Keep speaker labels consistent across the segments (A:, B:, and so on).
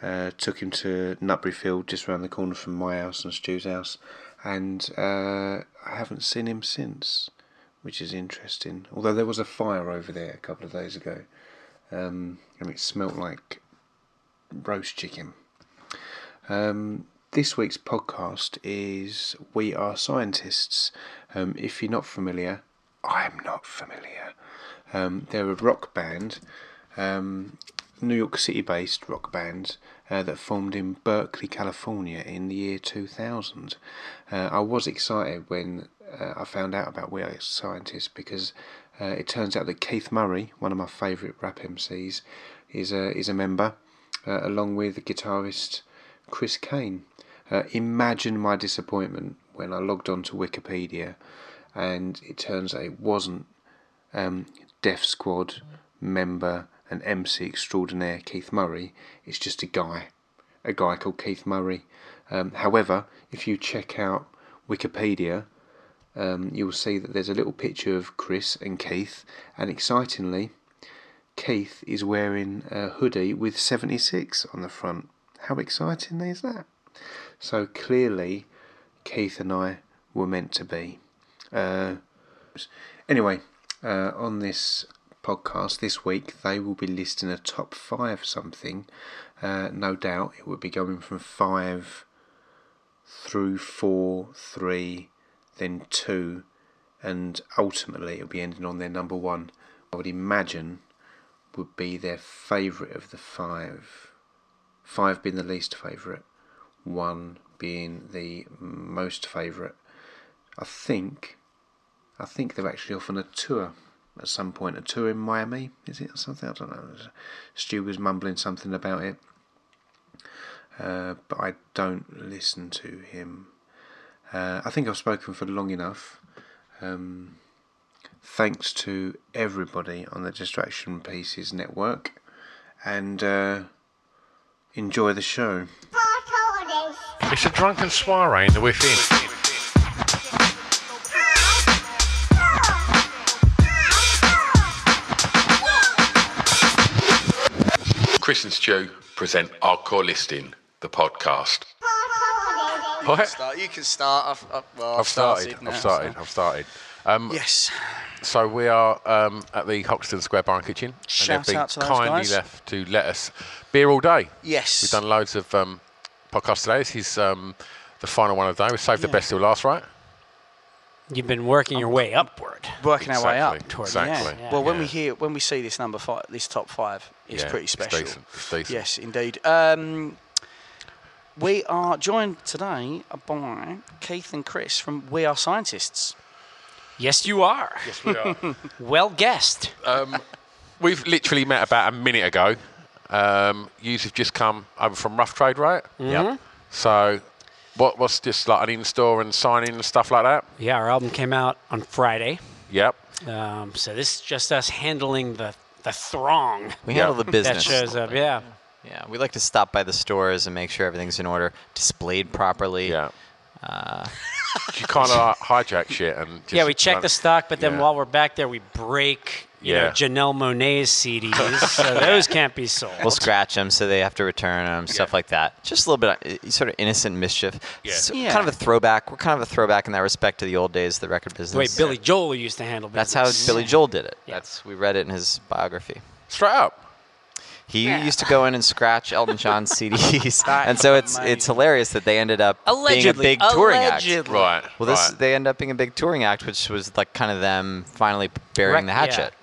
A: Uh, took him to Nutbury Field, just around the corner from my house and Stu's house, and uh, I haven't seen him since, which is interesting. Although there was a fire over there a couple of days ago, um, and it smelt like roast chicken. Um, this week's podcast is We Are Scientists. Um, if you're not familiar, I'm not familiar. Um, they're a rock band, um, New York City based rock band uh, that formed in Berkeley, California in the year 2000. Uh, I was excited when uh, I found out about We Are Scientists because uh, it turns out that Keith Murray, one of my favourite rap MCs, is a, is a member uh, along with the guitarist Chris Kane. Uh, imagine my disappointment when I logged on to Wikipedia and it turns out it wasn't um, Def Squad member and MC extraordinaire Keith Murray. It's just a guy, a guy called Keith Murray. Um, however, if you check out Wikipedia, um, you will see that there's a little picture of Chris and Keith, and excitingly, Keith is wearing a hoodie with 76 on the front. How exciting is that? So clearly, Keith and I were meant to be. Uh, anyway, uh, on this podcast this week, they will be listing a top five something. Uh, no doubt it would be going from five through four, three, then two, and ultimately it'll be ending on their number one. I would imagine would be their favourite of the five. Five being the least favourite, one being the most favourite. I think I think they're actually off on a tour at some point. A tour in Miami, is it or something? I don't know. Stu was mumbling something about it, uh, but I don't listen to him. Uh, I think I've spoken for long enough. Um, thanks to everybody on the Distraction Pieces network, and uh, enjoy the show.
B: It's a drunken soiree in the within.
C: Chris and Stu present our core listing, the podcast. What?
D: Start- You can start. uh, I've, I've, well,
B: I've started. I've
D: now,
B: started.
D: so-
B: I've started. Um,
D: Yes.
B: So we are um, at the Hoxton Square Bar and Kitchen,
D: Shout
B: and they've been
D: out to those
B: kindly
D: guys.
B: left to let us beer all day.
D: Yes.
B: We've done loads of um, podcasts today. This is um, the final one of the day. We saved the
D: Yeah.
B: best till last, right?
E: You've been working your way upward.
D: Working our way up.
B: Exactly,
D: towards
B: exactly,
D: The end. Well, when we
B: yeah.
D: hear, when we see this number five, this top five, it's
B: Yeah,
D: pretty
B: it's
D: special.
B: decent, it's decent.
D: Yes, indeed. Um, we are joined today by Keith and Chris from We Are Scientists.
E: Yes, you are.
B: Yes, we are.
E: Well guessed.
D: Uh,
B: Um, we've literally met about a minute ago. Um, yous have just come over from Rough Trade, right?
E: Mm-hmm.
B: Yeah. So, what what's just like an in store and signing and stuff like that?
E: yeah, our album came out on Friday.
B: Yep.
E: Um, so this is just us handling the, the throng
F: We
B: Yeah.
F: handle the business.
E: that shows up. Yeah.
F: Yeah, we like to stop by the stores and make sure everything's in order, displayed properly.
B: Yeah. you kind of like hijack shit and just
D: Uh, yeah, we check
B: kinda-
D: the stock, but then
B: yeah.
D: while we're back there, we break you know
B: Yeah.
D: Janelle Monet's CDs, so those can't be sold.
E: We'll scratch them so they have to return them, stuff like that. Just a little bit of eh, sort of innocent mischief.
B: Yeah.
E: So-
F: Yeah.
E: Kind of a throwback. We're kind of a throwback in that respect to the old days of the record business.
D: the way Billy Joel used to handle business.
E: That's how Billy Joel did it.
D: Yeah.
E: That's we read it in his biography.
B: straight up.
E: He used to go in and scratch Elton John's CDs, and so it's it's hilarious that they ended up
D: Allegedly,
E: being a big touring act.
D: allegedly.
B: Right.
E: Well, this
B: right.
E: they end up being a big touring act, which was like kind of them finally burying the
D: Rec- yeah.
E: hatchet.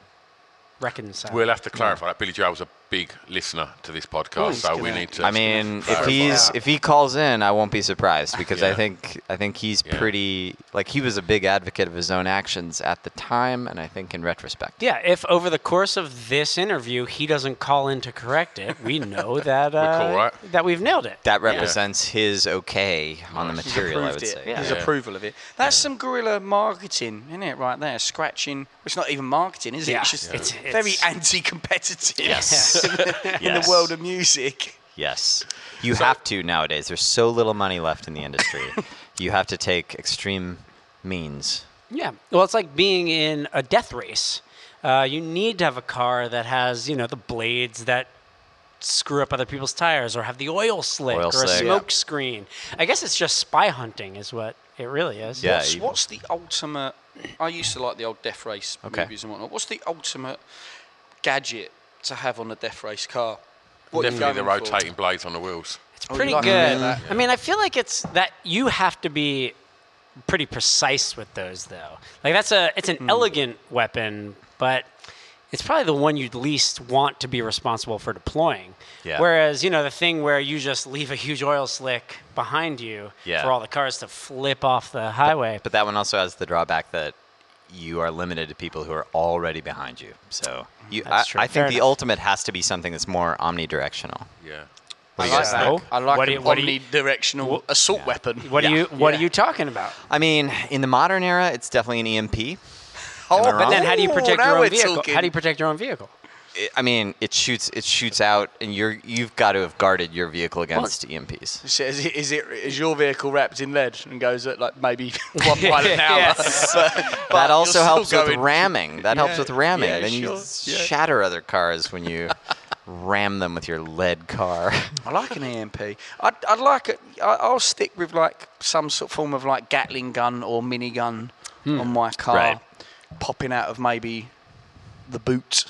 D: reconcile.
B: We'll have to clarify that Billy Joel was a big listener to this
D: Oh,
B: podcast, so we need to.
E: I mean, if
B: clarify
E: he's
B: that.
E: if he calls in, I won't be surprised because I
B: Yeah.
E: think I think he's
B: Yeah.
E: pretty like he was a big advocate of his own actions at the time, and I think in retrospect,
D: Yeah, if over the course of this interview he doesn't call in to correct it, we know that uh,
B: cool, right?
D: that we've nailed it.
E: that represents his okay on the material. I would
F: Approved it.
E: say.
F: His
B: Yeah.
F: approval of it. That's some guerrilla marketing, isn't it? Right there, scratching. well, It's not even marketing, is it?
D: Yeah.
F: It's just
D: It's-
F: very
D: it's-
F: anti-competitive.
E: Yes.
F: in the- in
E: Yes.
F: the world of music.
E: Yes. You have to nowadays. There's so little money left in the industry. you have to take extreme means.
D: Yeah. Well, it's like being in a death race. Uh, you need to have a car that has, you know, the blades that screw up other people's tires or have the oil slick
E: Oil
D: or a
E: slick.
D: smoke screen. I guess it's just spy hunting is what it really is.
E: Yeah,
F: What's,
E: you-
F: what's the ultimate? I used to like the old Death Race
E: Okay.
F: movies and whatnot. What's the ultimate gadget to have on a Death Race car? What are you
B: Definitely the
F: going for?
B: rotating blades on the wheels.
D: It's
F: Oh, you
D: pretty
F: like
D: good.
F: that, yeah.
D: I mean, I feel like it's that you have to be pretty precise with those though. Like that's a it's an elegant weapon, but it's probably the one you'd least want to be responsible for deploying.
E: Yeah.
D: Whereas, you know, the thing where you just leave a huge oil slick behind you
E: Yeah.
D: for all the cars to flip off the highway.
E: But that one also has the drawback that you are limited to people who are already behind you. So you, I,
D: Mm, That's true.
E: I think
D: Fair
E: the
D: enough.
E: ultimate has to be something that's more omnidirectional.
B: Yeah.
F: I
D: guys
F: like that.
D: think?
F: I like
D: Oh, What do
F: an
D: you- what do you-
F: omnidirectional assault weapon.
D: what
F: Yeah.
D: are you what
F: Yeah.
D: are you talking about?
E: I mean, in the modern era, it's definitely an E EMP. Oh,
D: But then how do you protect
F: now
D: your own
F: we're
D: vehicle?
F: talking.
D: How do you protect your own vehicle?
E: I mean, it shoots it shoots out, and you're you've got to have guarded your vehicle against E EMPs.
F: So Is, it, is it is your vehicle wrapped in lead and goes at like maybe one mile an hour?
D: Yes.
F: But- but
E: that also
F: you're still
E: helps with
F: going-
E: ramming. That helps
F: Yeah,
E: with ramming.
F: yeah,
E: then you
F: sure, yeah.
E: shatter other cars when you ram them with your lead car.
F: I like an EMP. I'd, I'd like it. I'll stick with like some sort of form of like Gatling gun or minigun on my car,
E: Hmm. Right.
F: popping out of maybe the boot.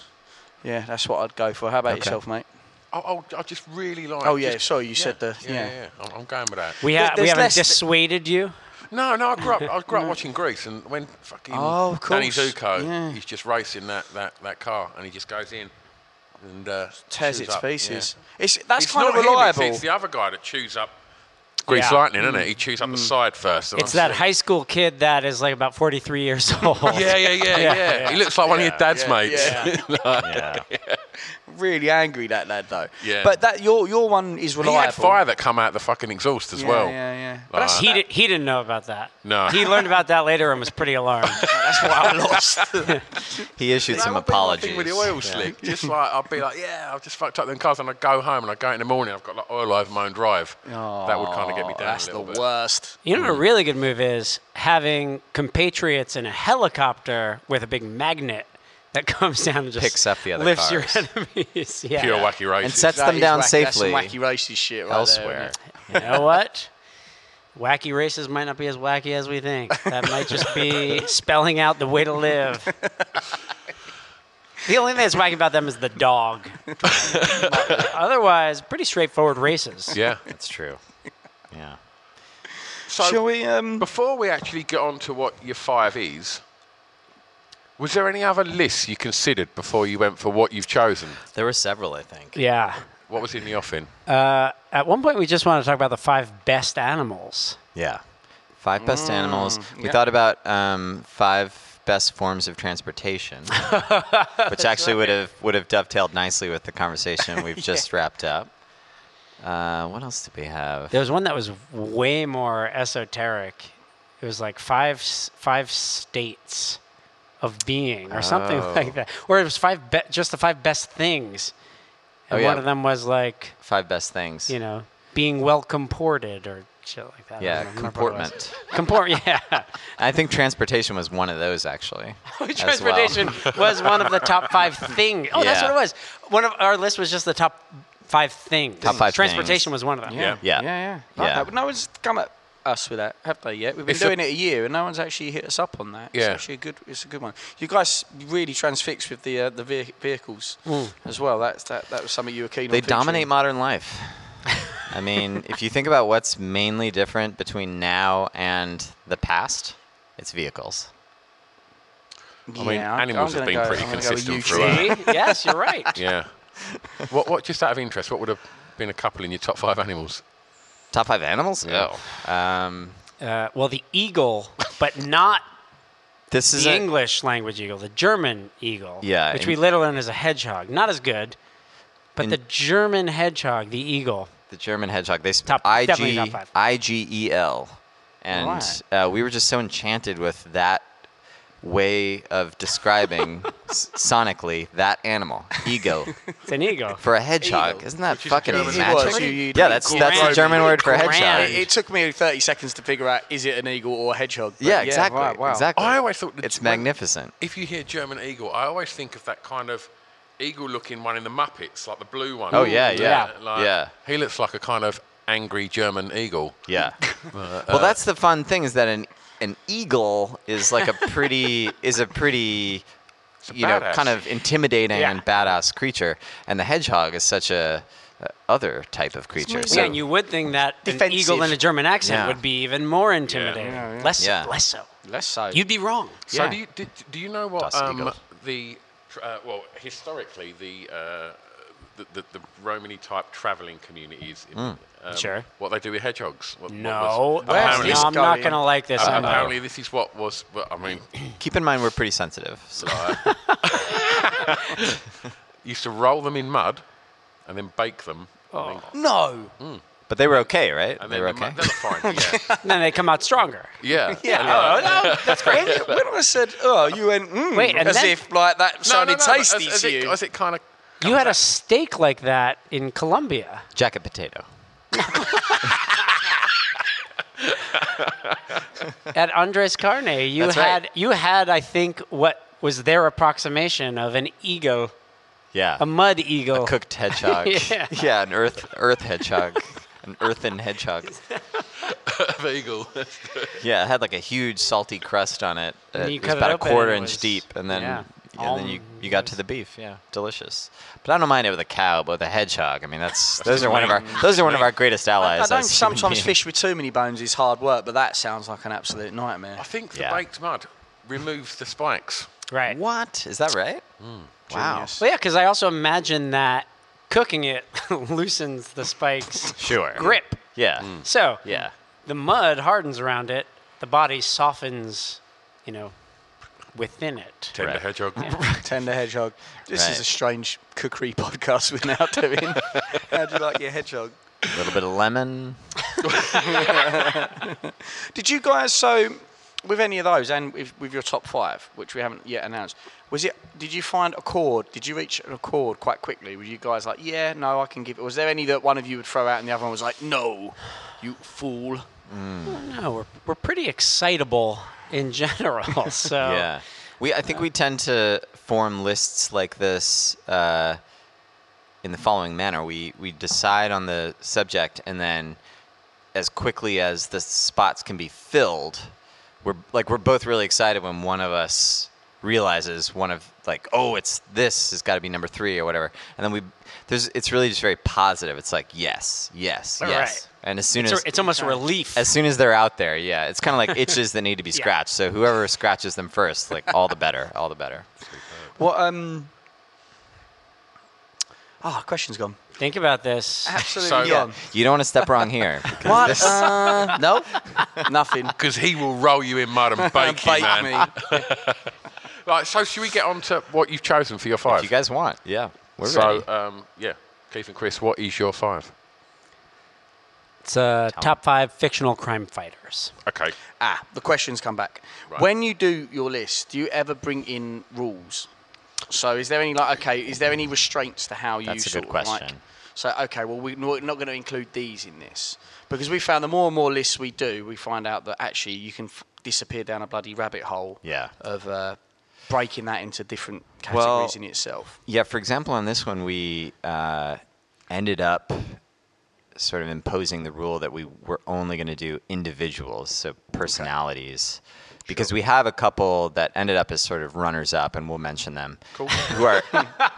F: Yeah, that's what I'd go for. How about yourself, mate?
B: I, Oh, I, I just really like.
F: Oh, yeah,
B: just-
F: sorry, you said the-
B: Yeah,
F: yeah.
B: yeah. I'm, I'm going with that.
D: We, ha- we
F: there's
D: haven't
F: less th-
D: dissuaded you. Mm.
B: No, no, I grew up. I grew up watching Greece, and when fucking
F: Oh, of
B: Danny
F: course,
B: Zuko,
F: yeah.
B: he's just racing that, that, that car, and he just goes in and uh, chews
F: Tears it to
B: up, yeah.
F: pieces. It's that's
B: It's
F: kind
B: not
F: of
B: him, it's-
F: reliable.
B: it's the other guy that chews up Grease
D: Yeah.
B: Lightning, isn't it? He chews up the side first. and
D: It's
B: I
D: that
B: see-
D: high school kid that is like about 43 years old.
B: Yeah, yeah, yeah, yeah, He looks like one of your dad's mates.
F: Really angry that lad though.
B: Yeah.
F: But that your your one is
B: he
F: reliable.
B: had fire that come out the fucking exhaust as
F: Yeah,
B: well.
F: yeah, yeah.
B: Like,
D: He, did, he didn't know about that.
B: No.
D: He learned about that later and was pretty alarmed.
F: That's what I lost.
E: he issued some
B: That would be my
E: apologies.
B: thing With the oil slick, just like I'd be like, yeah, I've just fucked up them cars, and I go home and I go in the morning. I've got like oil over my own drive. that would kind of get me down.
F: That's
B: a
F: the
B: little bit.
F: worst.
D: You know what a really good move is? Having compatriots in a helicopter with a big magnet that comes down and just
E: Picks up the other
D: lifts
E: cars.
D: your enemies. Yeah.
B: Pure wacky races.
E: And sets
F: That
E: them
F: is
E: down
F: wack- that's some
E: safely
F: wacky racist shit right there, isn't
E: elsewhere.
F: it?
D: You know what? Wacky races might not be as wacky as we think. That might just be spelling out the way to live. The only thing that's wacky about them is the dog. Otherwise, pretty straightforward races.
B: yeah.
E: That's true. Yeah.
B: So
F: Shall we? Um,
B: Before we actually get on to what your five is, was there any other lists you considered before you went for what you've chosen?
E: There were several, I think.
D: Yeah. Uh,
B: What was in the offing?
D: At one point, we just wanted to talk about the five best animals.
E: Yeah. Five best
B: Mm,
E: animals. We thought about um, five best forms of transportation, which actually would have would have dovetailed nicely with the conversation we've just wrapped up. Uh, what else did we have?
D: There was one that was way more esoteric. It was like five s- five states of being, or something
F: Oh.
D: like that. Or it was five be- just the five best things, and
E: Oh, yeah.
D: one of them was like
E: Five best things.
D: you know being well comported or
E: shit like that. I
F: Yeah,
E: don't remember what it was.
F: comportment.
E: Comport. Yeah.
F: I think transportation was one of those actually.
B: Oh,
F: as well.
E: Transportation was one of the top five things. Oh, that's
F: Yeah.
E: what it was. One of our list was just the top five things.
F: Top five
E: Transportation was
F: things.
E: one of them.
B: Yeah.
D: Yeah,
F: Yeah.
D: yeah.
F: Yeah.
D: yeah. But no one's come at us with that, have they yet? We've been
B: It's a-
D: doing it a year, and no one's actually hit us up on that.
B: Yeah.
D: It's actually a good. It's a good one. You guys really transfixed with the uh, the vehi- vehicles as well. That's that. That was something you were keen on.
F: Hmm. They
D: featuring.
F: dominate modern life. I mean, if you think about what's mainly different between now and the past, it's vehicles.
B: I mean,
D: Yeah, I'm-
B: animals have
D: I'm gonna
B: been
D: go-
B: pretty
D: I'm gonna go with
B: consistent
D: you,
B: throughout.
E: See? yes, you're right.
B: Yeah. what, what, just out of interest, what would have been a couple in your top five animals?
F: Top five animals? Oh. Um,
E: Uh, well, the eagle, but not
F: this is
E: the
F: a-
E: English language eagle, the German eagle,
F: Yeah,
E: which
F: in-
E: we later learned is a hedgehog. Not as good, but
F: In-
E: the German hedgehog, the eagle.
F: the German hedgehog. They
E: Top-
F: top,
E: definitely top
F: IG,
E: five.
F: IGEL. E And
D: Alright.
F: uh, we were just so enchanted with that way of describing s- sonically that animal, ego,
E: It's an eagle.
F: for a hedgehog.
D: Eagle,
F: Isn't that
B: is
F: fucking
B: German
D: It
F: magic?
D: was, you- you-
F: yeah, that's that's the
E: Grand.
F: German word for
E: Grand.
F: hedgehog.
D: It, it took me 30 seconds to figure out is it an eagle or a hedgehog. but
F: Yeah, exactly.
D: right, wow.
F: Exactly.
B: I always thought that
F: it's
B: when-
F: magnificent.
B: If you hear German eagle, I always think of that kind of eagle-looking one in the Muppets, like the blue one.
F: Oh, yeah, yeah,
B: like-
F: yeah.
B: He looks like a kind of angry German eagle. uh,
F: Yeah. well, that's the fun thing is that an an eagle is like a pretty is a pretty you know
B: badass.
F: kind of intimidating
E: Yeah.
F: and badass creature, and the hedgehog is such a, a other type of creature.
E: yeah, and you would think that an
D: Defensive.
E: eagle in a German accent
F: Yeah.
E: would be even more intimidating. Less, so,
F: Yeah.
E: less so.
D: Less so.
E: You'd be wrong.
B: So
D: Yeah.
B: do you did, do you know what
F: Das
B: um,
F: Eagle.
B: the tr- uh, well historically the, uh, the, the the Romany type travelling community is in, um,
E: Sure.
B: What they do with hedgehogs? What, what
E: No,
B: was-
E: no,
B: apparently,
D: this
E: I'm not
D: going?
E: gonna like this.
B: uh,
E: am I?
B: apparently this is what was. Well, I mean,
F: keep in mind we're pretty sensitive. So
B: uh, used to roll them in mud and then bake them.
E: Oh,
B: and then-
D: no.
F: but they were okay, right?
B: And
F: Hmm. they
B: then
F: were
B: the
F: okay.
B: mud- they were fine. Yeah.
E: And then they come out stronger.
B: yeah.
D: Yeah, oh, no, that's crazy. When I said, oh, you went, mm,
E: Wait, and
D: as
E: then-
D: if like that
B: No, no,
D: sounded
B: no, but
D: tasty
B: as, as
D: to
B: it,
D: you.
B: As it kind of
E: You had a steak like that in Colombia.
F: Jacket potato.
E: at Andres Carne, you
F: That's right.
E: had you had I think what was their approximation of an eagle,
F: Yeah.
E: a mud eagle.
F: cooked hedgehog.
E: Yeah.
F: yeah, an earth earth hedgehog. An earthen hedgehog.
B: eagle.
F: Yeah, it had like a huge salty crust on it.
E: And
F: It
E: you
F: was
E: cut it
F: about a
E: open,
F: quarter
E: it
F: inch
E: was-
F: deep, and then
E: yeah,
F: and then you,
E: almond
F: you got to the beef. Yeah, delicious. But I don't mind it with a cow, but with a hedgehog, I mean that's those are one of our those are one of our greatest
D: I
F: allies.
D: know
F: as human
D: sometimes
F: beings.
D: fish with too many bones is hard work, but that sounds like an absolute nightmare.
B: I think the
F: Yeah.
B: baked mud removes the spikes.
E: right. Well,
F: What is that right? Wow.
E: yeah, because I also imagine that cooking it loosens the spike's
F: Sure.
E: grip.
F: Yeah.
E: So
F: Yeah.
E: the mud hardens around it. The body softens, you know, within it.
B: Tender
F: Right.
B: hedgehog.
D: Tender hedgehog. This
F: Right.
D: is a strange cookery podcast we're now doing. How do you like your hedgehog?
F: A little bit of lemon.
D: Did you guys so with any of those and with, with your top five, which we haven't yet announced, was it? Did you find a chord? Did you reach an accord quite quickly? Were you guys like, yeah, no, I can give it? Was there any that one of you would throw out and the other one was like, no, you fool?
E: Mm. No, we're we're pretty excitable in general. So
F: Yeah. We I think we tend to form lists like this uh, in the following manner. We we decide on the subject and then as quickly as the spots can be filled, we're like we're both really excited when one of us realizes one of like oh it's this has got to be number 3 or whatever. And then we there's it's really just very positive. It's like yes, yes,
E: All
F: yes. And as soon
E: it's,
F: as
E: a- it's almost a relief.
F: as soon as they're out there, yeah, it's kind of like itches that need to be scratched. So whoever scratches them first, like all the better, all the better.
D: What? Um. Ah, question's gone.
E: Think about this.
B: So-
D: Absolutely
B: Yeah.
D: gone.
F: You don't want to step wrong here. because
D: What?
F: this-
D: Uh, no, nothing.
B: Because he will roll you in mud and bake you,
D: Bake
B: man.
D: me.
B: Right, so should we get on to what you've chosen for your five?
F: if you guys want, yeah, we're
B: so,
F: ready.
B: um, yeah, Keith and Chris, what is your five?
E: It's uh, top five fictional crime fighters.
B: Okay.
D: Ah, the questions come back.
B: Right.
D: When you do your list, do you ever bring in rules? So is there any like okay? Is there any restraints to how you?
F: That's a
D: sort
F: good
D: of, like-
F: question.
D: say, okay, well, we- we're not going to include these in this. Because we found the more and more lists we do, we find out that actually you can f- disappear down a bloody rabbit hole
F: Yeah.
D: of uh, breaking that into different categories in
F: Well-
D: itself.
F: Yeah, for example, on this one, we uh, ended up sort of imposing the rule that we were only going to do individuals, so personalities, because we have a couple that ended up as sort of runners up, and we'll mention them, cool. who are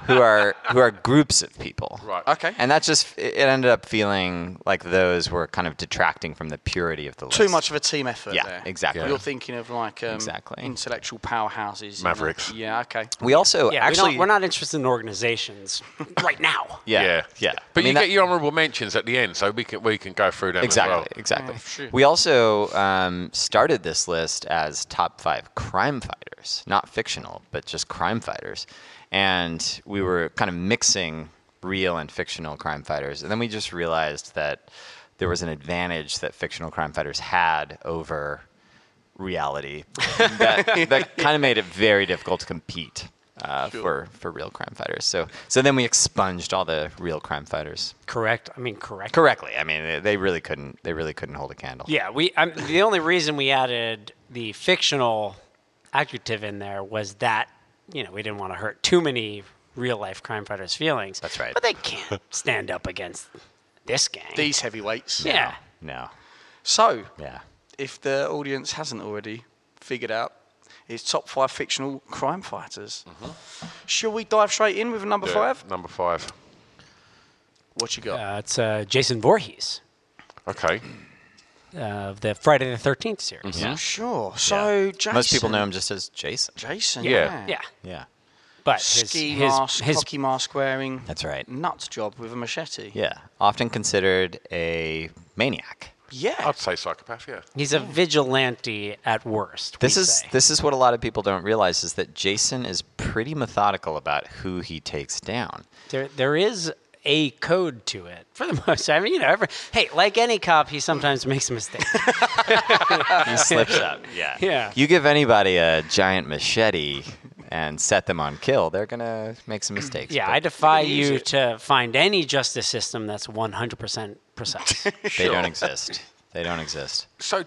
F: who are who are groups of people,
B: Right.
D: Okay.
F: And that just it ended up feeling like those were kind of detracting from the purity of the list.
D: Too much of a team effort
F: Yeah,
D: there.
F: exactly.
D: You're thinking of like um,
F: Exactly.
D: intellectual powerhouses. you know.
B: Mavericks.
D: Yeah, okay.
F: We also
E: Yeah,
F: actually
E: we are not interested in organizations right now.
F: yeah yeah.
B: But
F: I mean,
B: you
F: that-
B: get your honorable mentions at the end, so we can we can go through them. as
F: Exactly,
B: well.
F: exactly. we also um, started this list as top five crime fighters, not fictional, but just crime fighters. And we were kind of mixing real and fictional crime fighters. And then we just realized that there was an advantage that fictional crime fighters had over reality that, that kind of made it very difficult to compete. Uh, for, for real crime fighters, so so then we expunged all the real crime fighters
E: Correct. I mean, correct.
F: correctly. I mean, they- they really couldn't. They really couldn't hold a candle.
E: Yeah, we. I'm, the only reason we added the fictional adjective in there was that you know we didn't want to hurt too many real life crime fighters' feelings.
F: That's right.
E: But they can't stand up against this gang.
D: These heavyweights.
E: yeah.
F: No.
D: So,
F: Yeah.
D: if the audience hasn't already figured out, it's top five fictional crime fighters. Shall we dive straight in with number
B: Mm-hmm. Yeah,
D: five?
B: Number five.
D: What you got?
E: Uh, it's uh, Jason Voorhees Uh,
B: Okay. Mm-hmm.
E: of the Friday the Thirteenth series.
D: Sure. So, Jason.
F: Most people know him just as Jason.
D: Jason.
B: Yeah.
D: Yeah.
E: Yeah,
F: Yeah.
E: but his
D: Ski
E: his,
D: mask,
E: his
D: hockey mask wearing.
F: That's right.
D: Nut job with a machete.
F: Yeah. Often considered a maniac.
D: Yeah.
B: I'd say psychopath. Yeah.
E: he's a vigilante at worst.
F: This
E: we
F: is
E: say.
F: this is what a lot of people don't realize is that Jason is pretty methodical about who he takes down.
E: There, there is a code to it for the most. I mean, you know, every, hey, like any cop, he sometimes makes a mistake.
F: He slips up. Yeah.
E: Yeah.
F: You give anybody a giant machete and set them on kill, they're gonna make some mistakes.
E: yeah,
F: but
E: I defy
D: use
E: you
D: it.
E: to find any justice system that's 100% precise.
F: they don't exist. They don't exist.
B: So,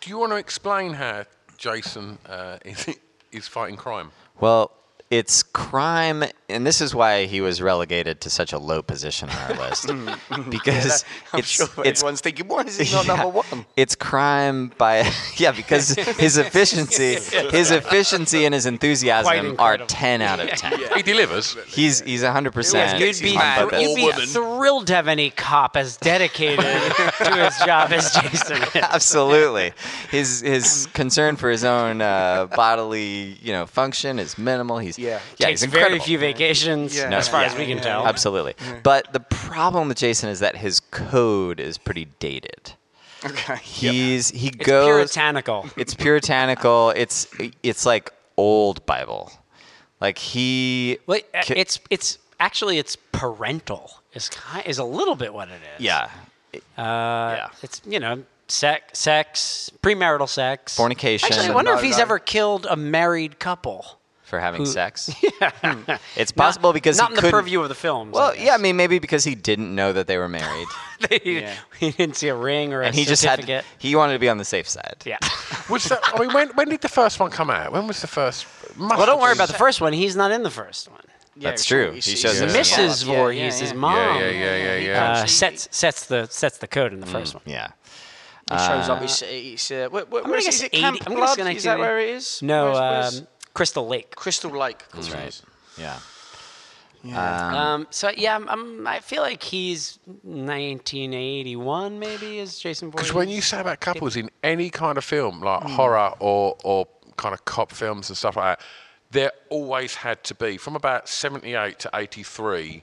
B: do you want to explain how Jason uh, is is fighting crime?
F: Well, it's crime, and this is why he was relegated to such a low position on our list. because
D: I'm
F: it's,
D: sure
F: it's,
D: everyone's thinking, why is it not
F: yeah,
D: number one?
F: It's crime by yeah, because his efficiency, his efficiency and his enthusiasm are
E: incredible.
F: ten out of ten.
B: He delivers.
F: He's he's hundred percent.
E: You'd be, you'd be thrilled to have any cop as dedicated to his job as Jason is.
F: Absolutely, his his concern for his own uh, bodily you know function is minimal. He's
D: Yeah.
F: yeah
E: Takes
F: he's
E: very
F: incredible.
E: few vacations,
D: Yeah.
E: as far
F: Yeah.
E: as we can tell.
F: Absolutely. But the problem with Jason is that his code is pretty dated.
D: Okay.
F: He's he
E: It's
F: goes
E: puritanical.
F: It's puritanical. It's it's like old Bible. Like he
E: Well, uh,
F: ki-
E: it's, it's actually, it's parental is, ki- is a little bit what it is.
F: yeah.
E: Uh,
F: Yeah.
E: It's you know sex, sex, premarital sex,
F: Fornication.
E: Actually, I wonder if he's ever killed a married couple.
F: for having sex. Yeah. It's possible because
E: not
F: he
E: in the
F: couldn't-
E: purview of the films. I
F: Well, yeah, I
E: guess.
F: mean maybe because he didn't know that they were married.
E: he, he didn't see a ring or
F: and
E: a
F: he just had
E: certificate.
F: to, he wanted to be on the safe side.
E: yeah.
B: Was that? I mean, when, when did the first one come out? When was the first? Must
E: well, don't
B: have
E: worry
B: been-
E: about the first one. He's not in the first one.
F: That's
D: sure.
F: true.
D: He's-
F: He
D: he's-
F: shows
D: Yeah.
F: us a lot.
E: Mrs.
D: yeah,
E: Voorhees,
D: yeah.
E: his
D: Yeah,
E: mom,
B: yeah, yeah, yeah, yeah.
E: Uh, sets sets the sets the code in the first one.
F: Yeah.
D: It shows up. It's, it's uh, where, where,
E: I'm
D: where
E: gonna
D: is,
E: guess
D: it? Is it
E: 80
D: Camp
E: I'm gonna
D: Blood?
E: guess
D: Is that
E: 1980.
D: where it is?
E: No,
D: Where's- where's-
E: um, Crystal Lake.
D: Crystal Lake. That's
F: Right. Yeah.
E: Um, so yeah, I'm, I'm, I feel like he's 1981 maybe is Jason Voorhees.
B: Because when you say about couples in any Hmm. kind of film, like horror or, or kind of cop films and stuff like that, there always had to be, from about 78 to 83,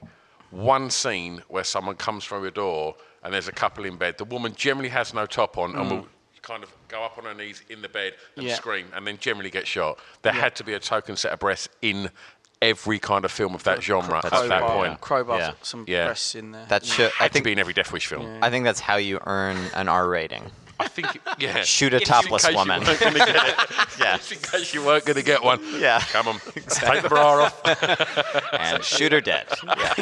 B: one scene where someone comes through a door and there's a couple in bed. The woman generally has no top on and will kind of go up on her knees in the bed and
D: Yeah.
B: scream and then generally get shot. There had to be a token set of breasts in every kind of film of that genre at
F: That's
B: that
F: true,
B: point.
D: Crowbar,
F: Yeah.
D: some
B: Yeah.
D: breasts in there.
F: That should I
B: Had to
F: think
B: be in every Death Wish film.
F: I think that's how you earn an R rating.
B: I think, it, yeah.
F: Shoot a
B: Just in
F: topless
B: case you
F: woman.
B: weren't gonna get it.
F: Yeah.
B: Just in case you weren't going to get one.
F: Yeah.
B: Come on. Take the bra off.
F: and shoot her dead. Yeah.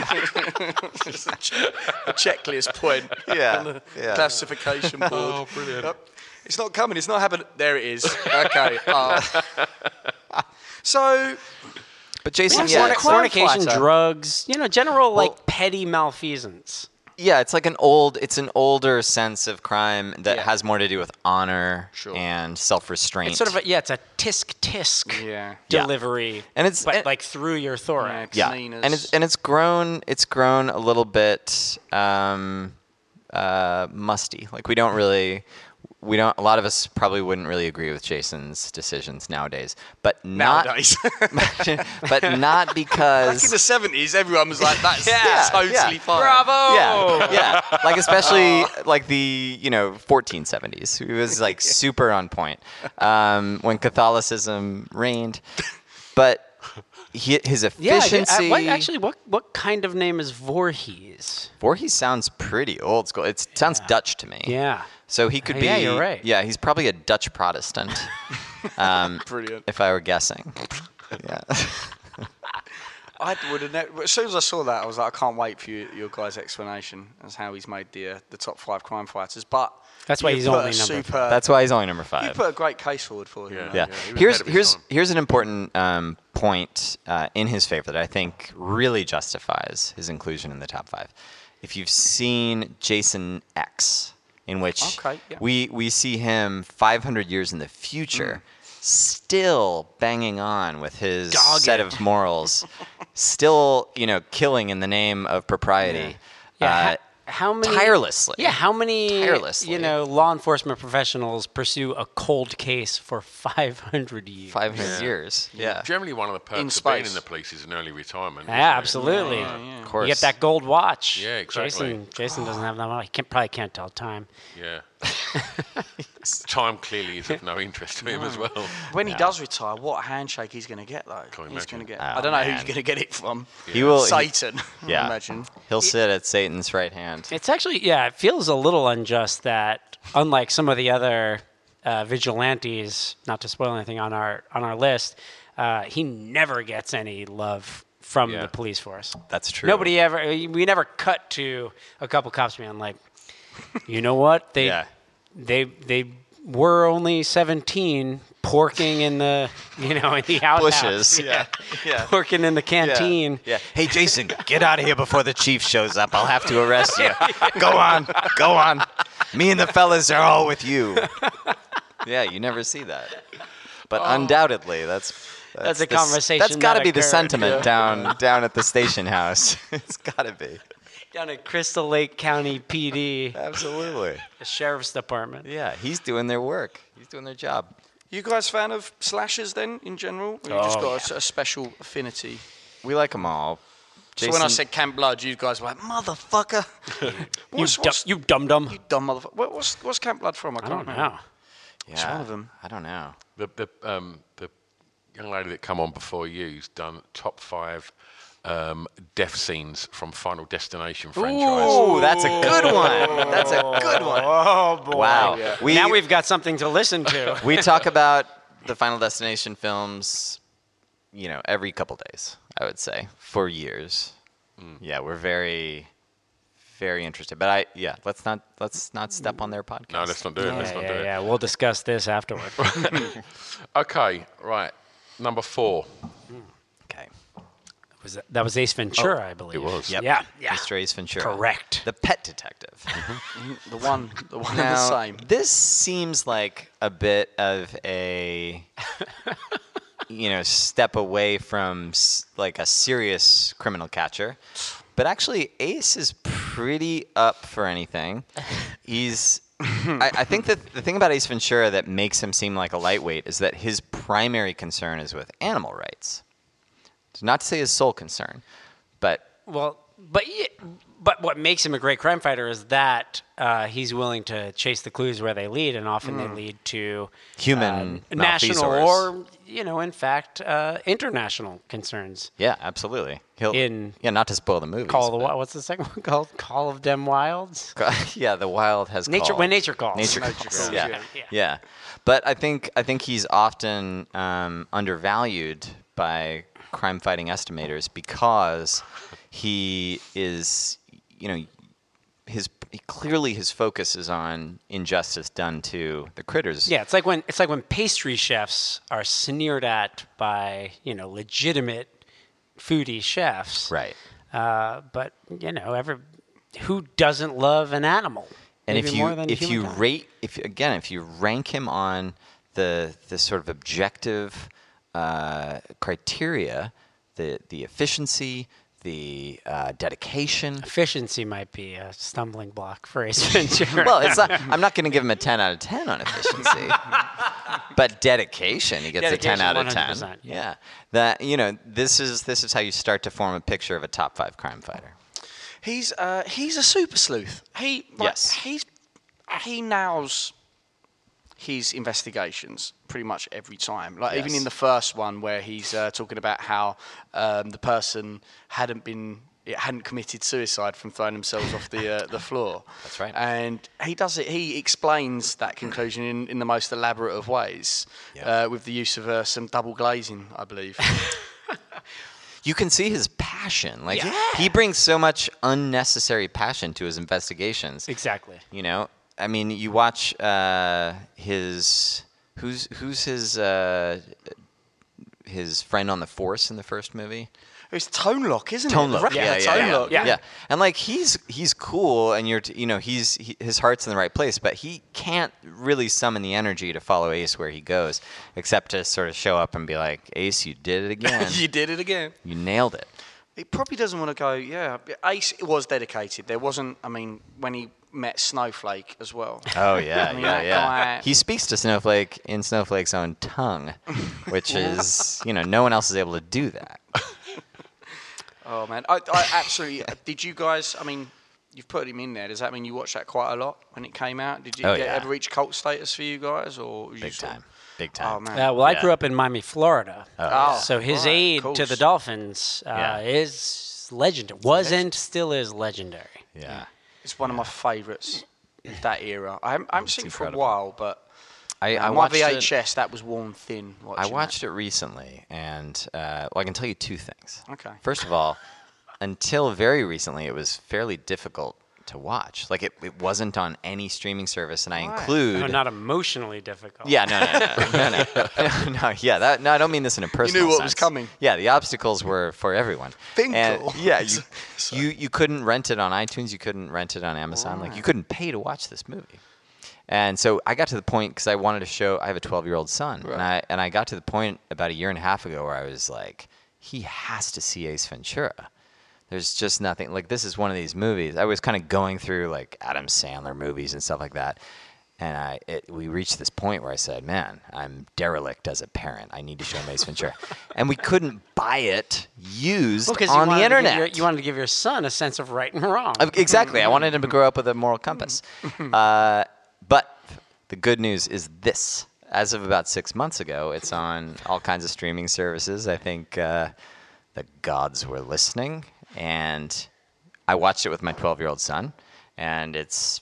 D: A checklist point.
F: Yeah,
D: on the
F: yeah.
D: Classification board. Oh, brilliant. It's not coming. It's not happening. There it is. Okay. ah. so,
F: But Jason,
D: What's
F: yeah,
D: that
F: it's-
D: quite-
E: Fornication,
D: Fighter.
E: drugs, you know, general
F: Well-
E: like petty malfeasance.
F: yeah, it's like an old, it's an older sense of crime that
D: Yeah.
F: has more to do with honor
D: Sure.
F: and self-restraint.
E: It's sort of a, yeah, it's a tisk tisk
D: Yeah.
E: delivery,
F: And it's-
E: but
F: and-
E: like through your thorax.
F: yeah,
D: Xenas.
F: and it's and it's grown, it's grown a little bit um, uh, musty. Like we don't really, we don't. A lot of us probably wouldn't really agree with Jason's decisions nowadays. But not,
D: nowadays.
F: but not
D: Back in the
F: because.
D: 70s, everyone was like, that's,
F: Yeah,
D: that's
F: yeah.
D: totally fine.
E: Bravo! Oh.
F: Yeah, yeah. Like especially like the you know 1470s. It was like super on point um, when Catholicism reigned. But he, his
E: Yeah, I
F: efficiency.
E: did- I- what, actually, what what kind of name is Voorhees?
F: Voorhees sounds pretty old school. It sounds Dutch to me.
E: Yeah.
F: So he could be.
E: Yeah, you're right.
F: Yeah, he's probably a Dutch Protestant. um,
D: Brilliant.
F: If I were guessing. Yeah.
D: I would have never. As soon as I saw that, I was like, I can't wait for you, your guys' explanation as how he's made the uh, the top five crime fighters. But
E: That's why
D: you
E: he's
D: put
E: only
D: a
E: number five.
D: super.
F: That's why he's only number
D: you
F: five.
D: put a great case forward for him.
B: Yeah.
F: yeah.
B: he was ahead
F: Here's
B: of his
F: here's
B: time.
F: here's an important um, point uh, in his favor that I think really justifies his inclusion in the top five. If you've seen Jason X, in which
D: Okay, yeah.
F: we we see him 500 years in the future, still banging on with his set of morals, still you know killing in the name of propriety.
E: Yeah, ho-
F: uh,
E: how many
F: tirelessly?
E: Yeah, how many
F: Tirelessly.
E: you know law enforcement professionals pursue a cold case for 500 years?
F: 500 years. Yeah,
B: Generally, one of the perks
D: In
B: of being in
D: space.
B: the police is an early retirement. isn't
E: yeah,
B: it?
E: absolutely.
F: of
E: You
F: course.
E: get that gold watch.
B: Yeah, exactly.
E: Jason, Jason doesn't have that one. He can't, probably can't tell time.
B: Yeah. time clearly is of no interest to him as well.
D: When he does retire, what handshake he's going to get though? he's going
B: imagine.
D: to get.
E: Oh,
D: I don't know who he's going to get it from.
F: He will. he-
D: Satan. I
F: yeah.
D: imagine.
F: He'll sit at Satan's right hand.
E: It's actually, yeah, it feels a little unjust that, unlike some of the other uh, vigilantes, not to spoil anything on our on our list, uh, he never gets any love from
B: Yeah.
E: the police force.
F: That's true.
E: Nobody ever. We never cut to a couple cops being like, you know what? They
F: Yeah.
E: they they were only seventeen porking in the you know in the outhouse.
F: bushes. Yeah. Yeah.
E: Porking in the canteen.
F: Yeah. Hey, Jason, get out of here before the chief shows up. I'll have to arrest you. Go on. Go on. Me and the fellas are all with you. Yeah, you never see that. But undoubtedly, that's.
E: That's a
F: the s-
E: conversation
F: That's got to
E: that
F: be the
E: occurred.
F: sentiment down down at the station house. it's got to be.
E: Down at Crystal Lake County PD,
F: Absolutely.
E: the sheriff's department.
F: Yeah, he's doing their work. He's doing their job.
D: You guys fan of slashers then in general? Or you just
E: Oh,
D: got a s- a, special affinity.
F: We like them all.
D: So when I
F: Jason-
D: said Camp Blood, you guys were like, motherfucker.
E: You,
D: what's,
E: dum-
D: what's,
E: you dum dum.
D: you dumb motherfucker. What's, what's Camp Blood from? I,
E: I
D: can't
E: don't
D: remember.
E: know.
F: yeah,
D: one of 'em?
F: I don't know.
B: The the um the young lady that come on before you's done top five um, death scenes from Final Destination franchise.
F: Ooh, that's a good one. That's a good one.
E: Oh boy!
F: Wow. We,
E: now we've got something to listen to.
F: we talk about the Final Destination films, you know, every couple days, I would say, for years. Yeah, we're very, very interested. But I, yeah, let's not let's not step on their podcast.
B: No, let's not do it. let's
E: yeah,
B: not do
E: yeah,
B: it.
E: yeah. We'll discuss this afterward.
B: Okay, right. Number four.
F: Okay.
E: was that, that was Ace Ventura, I believe.
B: Oh, It was.
F: Yep.
E: Yeah. Yeah.
F: Mr. Ace Ventura.
E: Correct.
F: The pet detective.
B: Mm-hmm.
D: The one, the one and the
F: Now,
D: same.
F: This seems like a bit of a you know step away from s- like a serious criminal catcher, but actually Ace is pretty up for anything. He's I, I think that the thing about Ace Ventura that makes him seem like a lightweight is that his primary concern is with animal rights. It's not to say his sole concern, but
E: Well, but ye- but what makes him a great crime fighter is that uh, he's willing to chase the clues where they lead, and often they lead to
F: Mm. Human
E: uh, national
F: malfeasors.
E: or, you know, in fact, uh, international concerns.
F: Yeah, absolutely. He'll
E: In-
F: yeah, not to spoil the movie.
E: Call of the Wild. What's the second one called? Call of Dem Wilds.
F: yeah, the wild has
E: Nature
F: called.
E: when nature calls.
F: Nature calls.
D: calls,
F: Yeah.
D: yeah.
F: Yeah. but I think I think he's often um, undervalued by crime-fighting estimators because he is, you know, his clearly his focus is on injustice done to the critters.
E: Yeah, it's like when it's like when pastry chefs are sneered at by you know legitimate foodie chefs.
F: right.
E: Uh, but you know, every who doesn't love an animal?
F: And
E: Maybe
F: if
E: more
F: you
E: than
F: if you
E: humankind.
F: rate if again if you rank him on the the sort of objective uh, criteria, the the efficiency, the uh, dedication.
E: efficiency might be a stumbling block for Ace Ventura.
F: Well, it's not, I'm not going to give him a 10 out of 10 on efficiency, but dedication, he gets a 10
E: Dedication,
F: out of 10.
E: 100%,
F: Yeah.
E: yeah.
F: that you know this is this is how you start to form a picture of a top five crime fighter.
D: He's uh, he's a super sleuth. He like,
F: Yes.
D: He's he nails his investigations pretty much every time. Like even
F: Yes.
D: in the first one where he's uh, talking about how um, the person hadn't been it hadn't committed suicide from throwing themselves off the uh, the floor.
F: That's right.
D: And he does it. He explains that conclusion in, in the most elaborate of ways, uh, with the use of uh, some double glazing, I believe.
F: you can see his passion. Like he brings so much unnecessary passion to his investigations.
E: exactly.
F: You know, I mean, you watch uh, his who's who's his uh, his friend on the force in the first movie.
D: it's Tone Lock, isn't
F: Tone
D: it?
F: look, yeah, yeah,
D: Tone
F: yeah,
D: Lock.
F: yeah. And like he's he's cool, and you're t- you know he's he, his heart's in the right place, but he can't really summon the energy to follow Ace where he goes, except to sort of show up and be like, Ace, you did it again,
D: you did it again.
F: you nailed it.
D: He probably doesn't want to go. Yeah, Ace was dedicated. There wasn't. I mean, when he met Snowflake as well.
F: Oh yeah,
D: I mean,
F: yeah,
D: that
F: yeah.
D: guy-
F: He speaks to Snowflake in Snowflake's own tongue, which is you know no one else is able to do that.
D: oh man, I, I absolutely. did you guys? I mean, you've put him in there. Does that mean you watched that quite a lot when it came out? Did you
F: Oh,
D: get,
F: yeah.
D: ever reach cult status for you guys, or was you
F: Big
D: sort of-
F: time, big
D: Oh
F: time.
D: man.
E: Uh, well, I grew up in Miami, Florida.
D: yeah.
E: so his
D: Oh, right,
E: aid
D: cool.
E: to the Dolphins uh,
F: Yeah.
E: is legendary. Wasn't, still is legendary.
F: Yeah,
D: it's one of my favourites. of That era. I haven't, I haven't seen it for a
F: incredible.
D: while, but
F: I, I
D: my
F: watched it.
D: VHS that was worn thin.
F: I
D: watching that.
F: watched it recently, and uh, well, I can tell you two things.
D: Okay.
F: First of all, until very recently, it was fairly difficult to watch. Like it, it wasn't on any streaming service, and I include.
E: Oh, not emotionally difficult.
F: yeah, no, no, no, no, no, no, yeah, that, no. I don't mean this in a personal.
D: what was
F: sense.
D: coming.
F: Yeah, the obstacles were for everyone.
D: Finkel.
F: And, yeah, you, you you couldn't rent it on iTunes. You couldn't rent it on Amazon. Like you couldn't pay to watch this movie. And so I got to the point because I wanted to show. I have a 12 year old son, and I and I got to the point about a year and a half ago where I was like, he has to see Ace Ventura. There's just nothing like this is one of these movies. I was kind of going through like Adam Sandler movies and stuff like that, and I it, we reached this point where I said, man, I'm derelict as a parent. I need to show him Ace Ventura, and we couldn't buy it used
E: Well, 'cause you
F: on the
E: wanted to give
F: internet.
E: your- you wanted to give your son a sense of right and wrong.
F: Uh, Exactly. I wanted him to grow up with a moral compass. Uh, but the good news is this. As of about six months ago, it's on all kinds of streaming services. I think uh, the gods were listening. And I watched it with my 12 year old son, and it's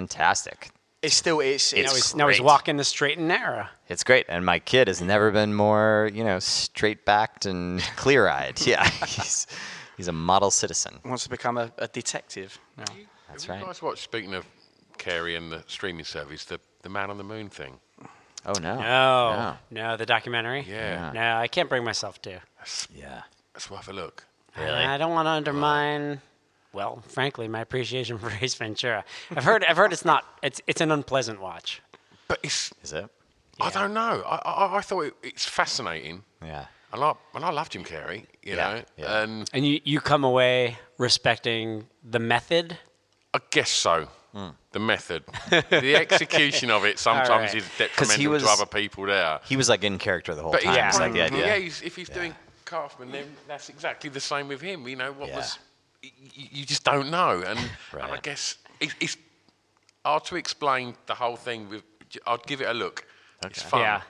F: fantastic.
D: It's still it's
E: now,
D: it's,
E: he's, now he's
F: great.
E: walking the straight and narrow.
F: It's great. And my kid has never been more, you know, straight backed and clear eyed. Yeah. He's, he's a model citizen.
D: wants to become a, a detective. now.
F: That's
B: Have
F: right.
B: you guys watched, speaking of Carrie and the streaming service, the, the Man on the Moon thing?
F: Oh, no.
E: No, no, the documentary.
B: Yeah.
E: No, I can't bring myself to.
F: Yeah.
B: Let's have a look.
E: I don't want to undermine. Well, frankly, my appreciation for Ace Ventura. I've heard. I've heard it's not. It's it's an unpleasant watch.
B: But it's,
F: Is it?
B: I don't know. I, I, I thought it, it's fascinating.
F: Yeah.
B: And I, and I loved Jim Carrey, you
F: Yeah,
B: know.
F: yeah.
B: And
E: And you you come away respecting the method.
B: I guess so.
F: Hmm.
B: The method, the execution of it sometimes
E: right.
B: is
F: 'Cause he
B: detrimental
F: was-
B: to other people there.
F: He was like in character the whole
B: But
F: time.
B: yeah,
D: Mm-hmm.
B: Mm-hmm.
F: It's like the
B: yeah,
F: idea.
B: he's, if he's doing Kaufman, then that's exactly the same with him. You know what
F: Yeah.
B: was y- y- you just don't know. And, and I
F: Right.
B: guess it, it's hard to explain the whole thing. With j- I'd give it a look. It's fun
E: Yeah.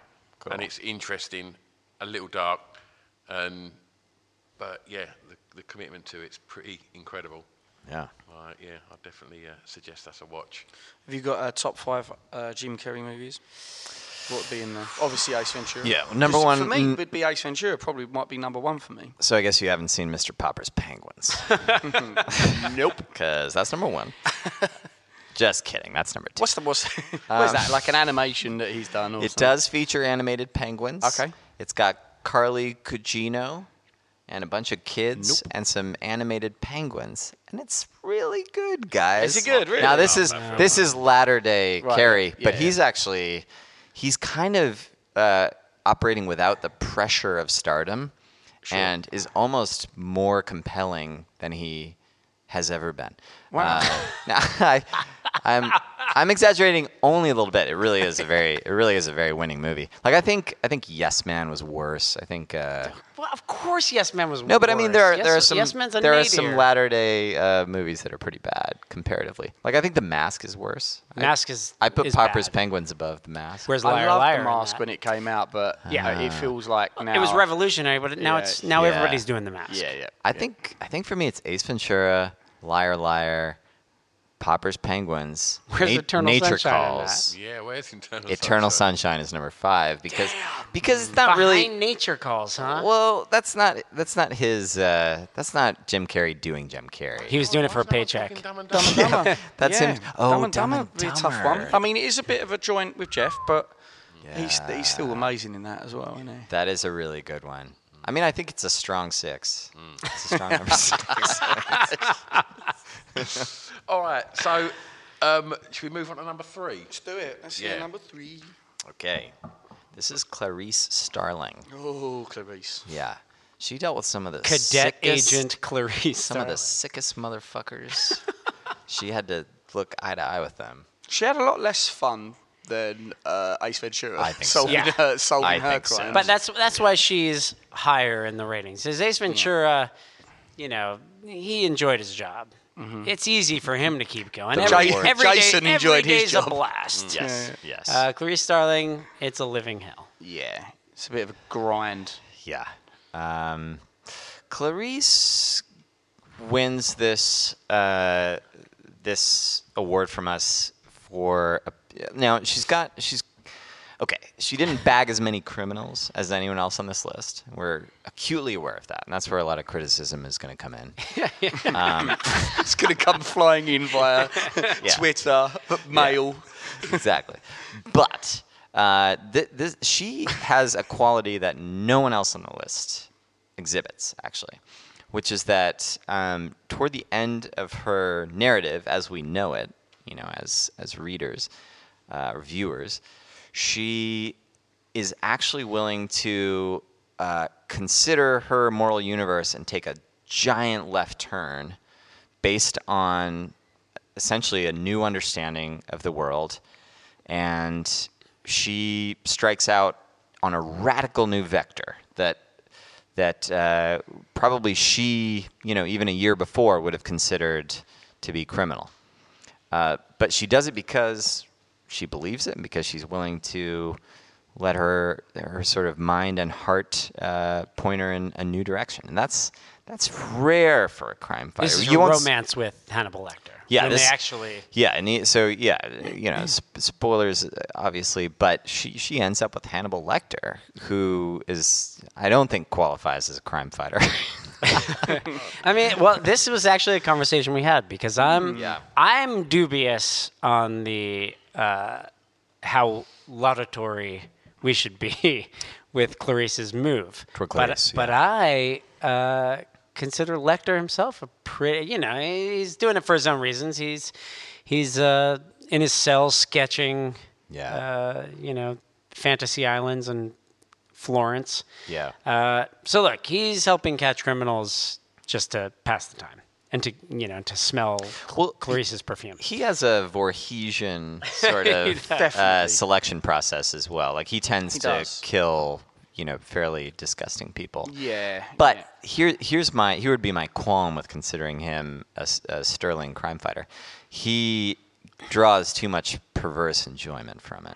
B: and it's interesting, a little dark, and but yeah, the, the commitment to it's pretty incredible.
F: Yeah.
B: Uh, yeah, I definitely uh, suggest that's a watch.
D: Have you got a top five uh, Jim Carrey movies? What would be in there? Obviously, Ace Ventura.
F: Yeah, well, number
D: Just
F: one-
D: for me
F: mm.
D: would be Ace Ventura. Probably might be number one for me.
F: So I guess you haven't seen Mr. Popper's Penguins. nope. Because that's number one. Just kidding. That's number two. Um,
D: What's the what's, what is that? Like an animation that he's done? Or
F: It
D: something?
F: does feature animated penguins.
D: Okay.
F: It's got Carly Cugino and a bunch of kids and some animated penguins, and it's really good, guys.
D: Is it good? Really?
F: Now this is this is latter day
D: Right,
F: Carrie,
D: yeah,
F: but
D: yeah.
F: he's actually he's kind of uh, operating without the pressure of stardom, and is almost more compelling than he has ever been.
D: Wow.
F: Uh, now, I, I'm I'm exaggerating only a little bit. It really is a very it really is a very winning movie. Like I think I think Yes Man was worse. I think uh,
E: Well, of course, Yes Man was.
F: no, but I mean there are there are some
E: Yes Man's a
F: there are some
E: nadir.
F: latter day uh, movies that are pretty bad comparatively. Like I think The Mask is worse. I-
E: Mask is.
F: I, put
E: is
F: Popper's
E: bad.
F: Penguins above The Mask. Ah.
E: Where's
D: I
E: Liar
D: loved
E: Liar?
D: the
E: in
D: mask
E: that.
D: when it came out, but
E: Yeah.
D: uh, it feels like now
E: it was revolutionary, but now
D: Yeah,
E: it's now
F: yeah.
E: everybody's doing the Mask.
D: Yeah, yeah.
F: I think I think for me it's Ace Ventura, Liar Liar, Popper's Penguins,
E: Where's Eternal
F: Nature
E: Sunshine in
F: Calls.
B: Yeah, where's Eternal
F: Eternal
B: Sunshine?
F: Sunshine is number five because because it's not really
E: Behind nature calls, huh?
F: Well, that's not that's not his. Uh, that's not Jim Carrey doing Jim Carrey.
E: he was doing it for a
B: Why is no one talking
E: paycheck.
B: Dumb and Dumber?
D: Dumb and Dumber.
F: That's
D: yeah.
F: him. Oh,
D: Dumb and
F: Dumb
D: Dumber
F: and
D: would be a tough one.
F: Dumber.
D: I mean, it is a bit of a joint with Jeff, but he's, he's still amazing in that as well, isn't he?
F: that is a really good one. I mean, I think it's a strong six.
D: Mm.
F: It's a strong number six.
B: All right, so um, should we move on to number three?
D: Let's do it. Let's
B: Yeah.
D: see number three.
F: Okay, this is Clarice Starling.
D: Oh, Clarice.
F: Yeah, she dealt with some of the
E: Cadet
F: sickest-
E: agent Clarice.
F: some of the sickest motherfuckers. she had to look eye to eye with them.
D: She had a lot less fun than uh, Ace Ventura.
F: I think so.
D: solving
E: Yeah.
D: her, uh, solving
F: I
D: her
F: think so.
D: crimes.
E: But that's that's why she's higher in the ratings. Is Ace Ventura, you know, he enjoyed his job. It's easy for him to keep going.
F: The
E: Every,
F: reward.
E: every day-
D: Mm-hmm. Jason enjoyed
E: every
D: his
E: day's
D: job. Mm.
E: a blast.
F: Yes, yes,
E: Uh, Clarice Starling, it's a living hell.
D: yeah, it's a bit of a grind.
F: Yeah. Um, Clarice wins this uh, this award from us for now. She's got she's okay. She didn't bag as many criminals as anyone else on this list. We're acutely aware of that, and that's where a lot of criticism is going to come in.
D: It's going to come flying in via
F: Yeah.
D: Twitter, mail.
F: exactly. But uh, th- this, she has a quality that no one else on the list exhibits, actually, which is that um, toward the end of her narrative, as we know it, you know, as as readers, uh, or viewers, she is actually willing to uh, consider her moral universe and take a giant left turn based on essentially a new understanding of the world. And she strikes out on a radical new vector that that uh, probably she, you know, even a year before would have considered to be criminal. Uh, but she does it because she believes it and because she's willing to let her her sort of mind and heart uh, point her in a new direction, and that's that's rare for a crime fighter.
E: This is
F: You
E: her
F: won't s-
E: romance with Hannibal Lecter.
F: yeah,
E: when
F: this,
E: they actually.
F: Yeah, and he, so yeah, you know, sp- spoilers uh, obviously, but she she ends up with Hannibal Lecter, who is I don't think qualifies as a crime fighter.
E: I mean, well, this was actually a conversation we had because I'm I'm dubious on the uh, how laudatory we should be with Clarice's move.
F: Toward Clarice,
E: but but I uh, consider Lecter himself a pretty. You know, he's doing it for his own reasons. He's he's uh, in his cell sketching.
F: Yeah.
E: Uh, you know, fantasy islands and Florence.
F: Yeah.
E: Uh, so look, he's helping catch criminals just to pass the time and to you know to smell Cl-
F: Well,
E: Clarice's perfume.
F: he has a Vorhesian sort of uh, selection process as well. Like he tends to
D: does.
F: kill, you know fairly disgusting people.
D: Yeah,
F: But
D: yeah.
F: here here's my here would be my qualm with considering him a, s- a sterling crime fighter. He draws too much perverse enjoyment from it.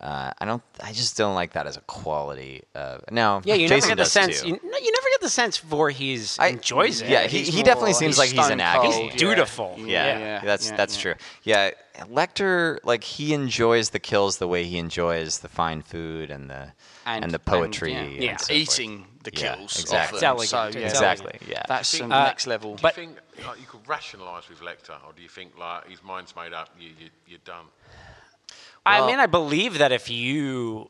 F: Uh, I don't. I just don't like that as a quality. Of, now,
E: Yeah, you
F: Jason
E: never get the
F: does
E: sense.
F: too.
E: You, no, you never get the sense Voorhees
F: I-
E: enjoys it.
F: yeah, he-
E: He's
F: he definitely
E: more-
F: seems
E: he's
F: like he's in
D: stone
F: agony.
D: cold,
F: He's
D: yeah.
E: dutiful.
F: Yeah,
D: yeah,
F: that's
D: yeah,
F: that's
D: yeah.
F: true. Yeah, Lecter, like he enjoys the kills the way he enjoys the fine food and the and, the poetry.
D: yeah.
F: and
E: Yeah.
F: so forth.
D: eating the
F: Yeah,
D: kills. off
F: exactly.
D: them.
E: It's
D: So,
E: elegant,
D: yeah,
E: it's
F: Exactly. Yeah.
D: That's some
E: Uh,
D: next level.
B: Do
E: but-
B: you think like, you could rationalise with Lecter, or do you think like his mind's made up? You, you, you're done.
E: I mean, I believe that if you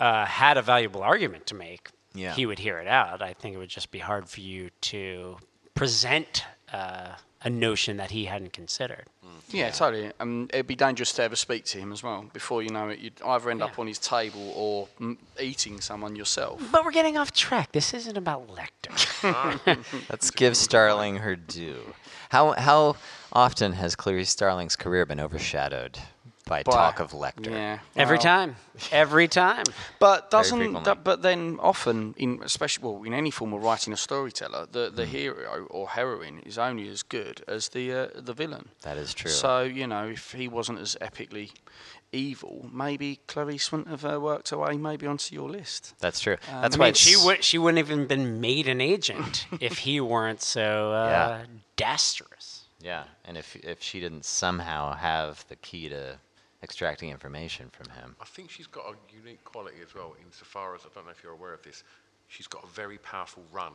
E: uh, had a valuable argument to make,
F: Yeah.
E: he would hear it out. I think it would just be hard for you to present uh, a notion that he hadn't considered.
D: Mm. yeah, totally. Um, it'd be dangerous to ever speak to him as well. Before you know it, you'd either end up on his table or mm, eating someone yourself.
E: But we're getting off track. This isn't about Lecter.
F: Let's give Starling her due. How how often has Clarice Starling's career been overshadowed by
D: But-
F: talk of Lecter?
D: Yeah.
E: Every
D: well-
E: time. Every time.
D: But
F: Very
D: doesn't
F: frequently.
D: that, but then often in especially well in any form of writing a storyteller the, the hero or heroine is only as good as the uh, the villain.
F: That is true.
D: So you know if he wasn't as epically evil, maybe Clarice wouldn't have uh, worked her way maybe onto your list.
F: That's true.
E: Um, I
F: That's why
E: mean, she,
F: it's-
E: would, she wouldn't have even been made an agent if he weren't so uh, dastardous.
F: Yeah, and if if she didn't somehow have the key to extracting information from him.
B: I think she's got a unique quality as well, insofar as I don't know if you're aware of this. She's got a very powerful run.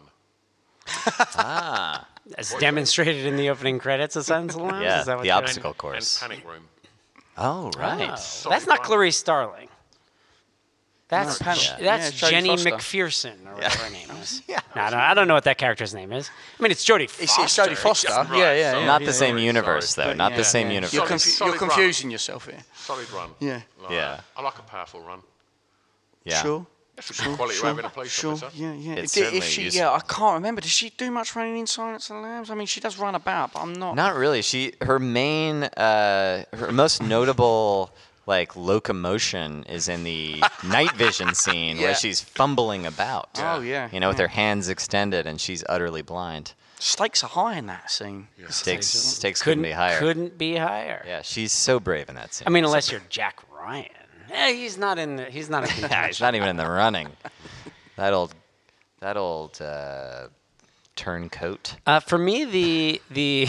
D: Ah.
E: As demonstrated in the opening credits of Silence of the Lambs.
F: Yeah,
D: Uh,
E: Is that what
F: the
E: you're-
F: obstacle
B: and,
F: course.
B: And Panic Room.
F: Oh, right.
E: Oh, that's not Clarice Starling. That's
D: No,
E: J-
D: Pam- yeah.
E: that's
D: Yeah, Jodie
E: Jenny
D: Foster.
E: McPherson or whatever her name is. yeah, no, I don't- I don't know what that character's name is. I mean,
F: Uh,
E: it's Jodie.
D: It's,
E: Foster.
D: it's Jodie Foster.
B: Right,
D: yeah, yeah,
B: so-
D: yeah.
F: Not
B: Yeah,
F: the same
B: sorry,
F: universe,
B: sorry.
F: though. Not the same
D: Yeah.
F: universe.
D: You're, confu-
B: Solid
D: you're
B: run.
D: confusing yourself here.
B: Solid run.
D: Yeah.
B: Like,
F: Yeah.
B: I like a powerful run.
F: yeah.
D: Sure.
B: That's a good quality of having a police
D: sure,
B: officer.
D: yeah, yeah.
F: It's
D: Did- if
F: certainly
D: she,
F: useful.
D: yeah, I can't remember. Does she do much running in Silence of the Lambs? I mean, she does run about, but I'm not.
F: Not really. She her main uh, her most notable like locomotion is in the night vision scene
D: Yeah.
F: where she's fumbling about.
D: Oh, yeah,
F: You know, with
D: yeah.
F: her hands extended and she's utterly blind.
D: Stakes are high in that scene.
F: Stakes stakes
E: couldn't
F: couldn't, be higher.
E: Couldn't be higher.
F: Yeah, she's so brave in that scene.
E: I mean, unless you're Jack Ryan. Eh, he's not in. The, he's not in
F: She's
E: contention.
F: not even in the running. That old that old uh, turncoat.
E: uh, for me, the the.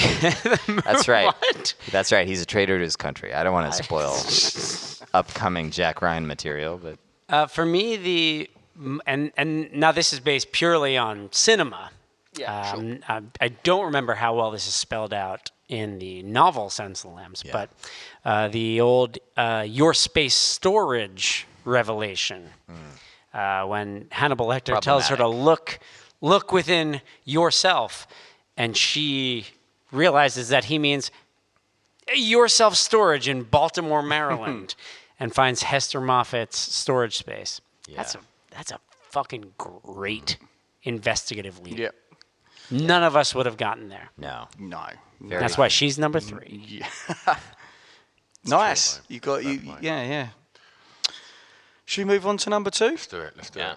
F: That's right.
E: What?
F: That's right. He's a traitor to his country. I don't want to spoil upcoming Jack Ryan material, but
E: Uh, for me, the m- and and now this is based purely on cinema.
D: Yeah, sure.
E: Um, I, I don't remember how well this is spelled out in the novel Sense of the Lambs, but uh, the old uh, your space storage revelation uh, when Hannibal Lecter tells her to look look within yourself, and she realizes that he means your self storage in Baltimore, Maryland, and finds Hester Moffat's storage space. That's a that's a fucking great investigative lead.
D: Yep.
E: None of us would have gotten there.
F: no.
D: No.
E: That's why she's number three.
D: nice. You got you. Yeah, yeah. Should we move on to number two?
B: Let's do it. Let's do it.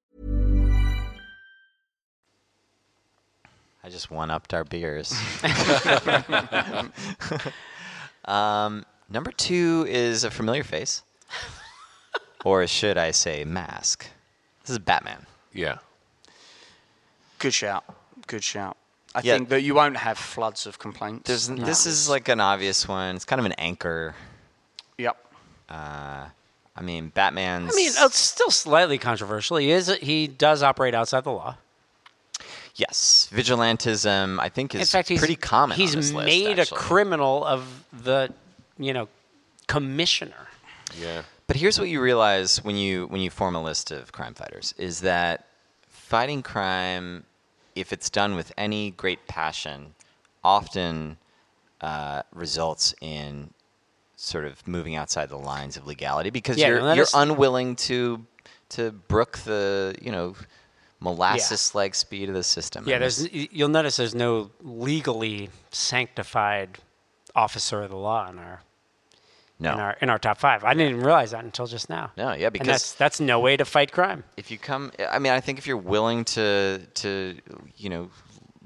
F: I just one upped our beers. um, number two is a familiar face, or should I say, mask? This is Batman.
B: Yeah.
D: Good shout. Good shout. I
F: Yeah.
D: think that you won't have floods of complaints.
F: There's,
D: No.
F: This is like an obvious one. It's kind of an anchor.
D: Yep.
F: Uh, I mean, Batman's.
E: I mean, it's still slightly controversial. He is he does operate outside the law.
F: yes, vigilantism. I think is
E: In fact, he's
F: pretty common.
E: He's
F: on this list,
E: made
F: actually.
E: a criminal of the, you know, commissioner.
B: Yeah.
F: But here's what you realize when you when you form a list of crime fighters is that fighting crime, if it's done with any great passion, often uh, results in sort of moving outside the lines of legality because
E: Yeah,
F: you're
E: no, that
F: you're
E: is-
F: unwilling to to brook the you know molasses-like speed of the system.
E: Yeah,
F: And
E: there's y- you'll notice there's no legally sanctified officer of the law in our
F: No.
E: in our in our top five. I didn't even realize that until just now.
F: No, yeah,
E: And
F: because-
E: that's that's no way to fight crime.
F: if you come i mean i think if you're willing to to you know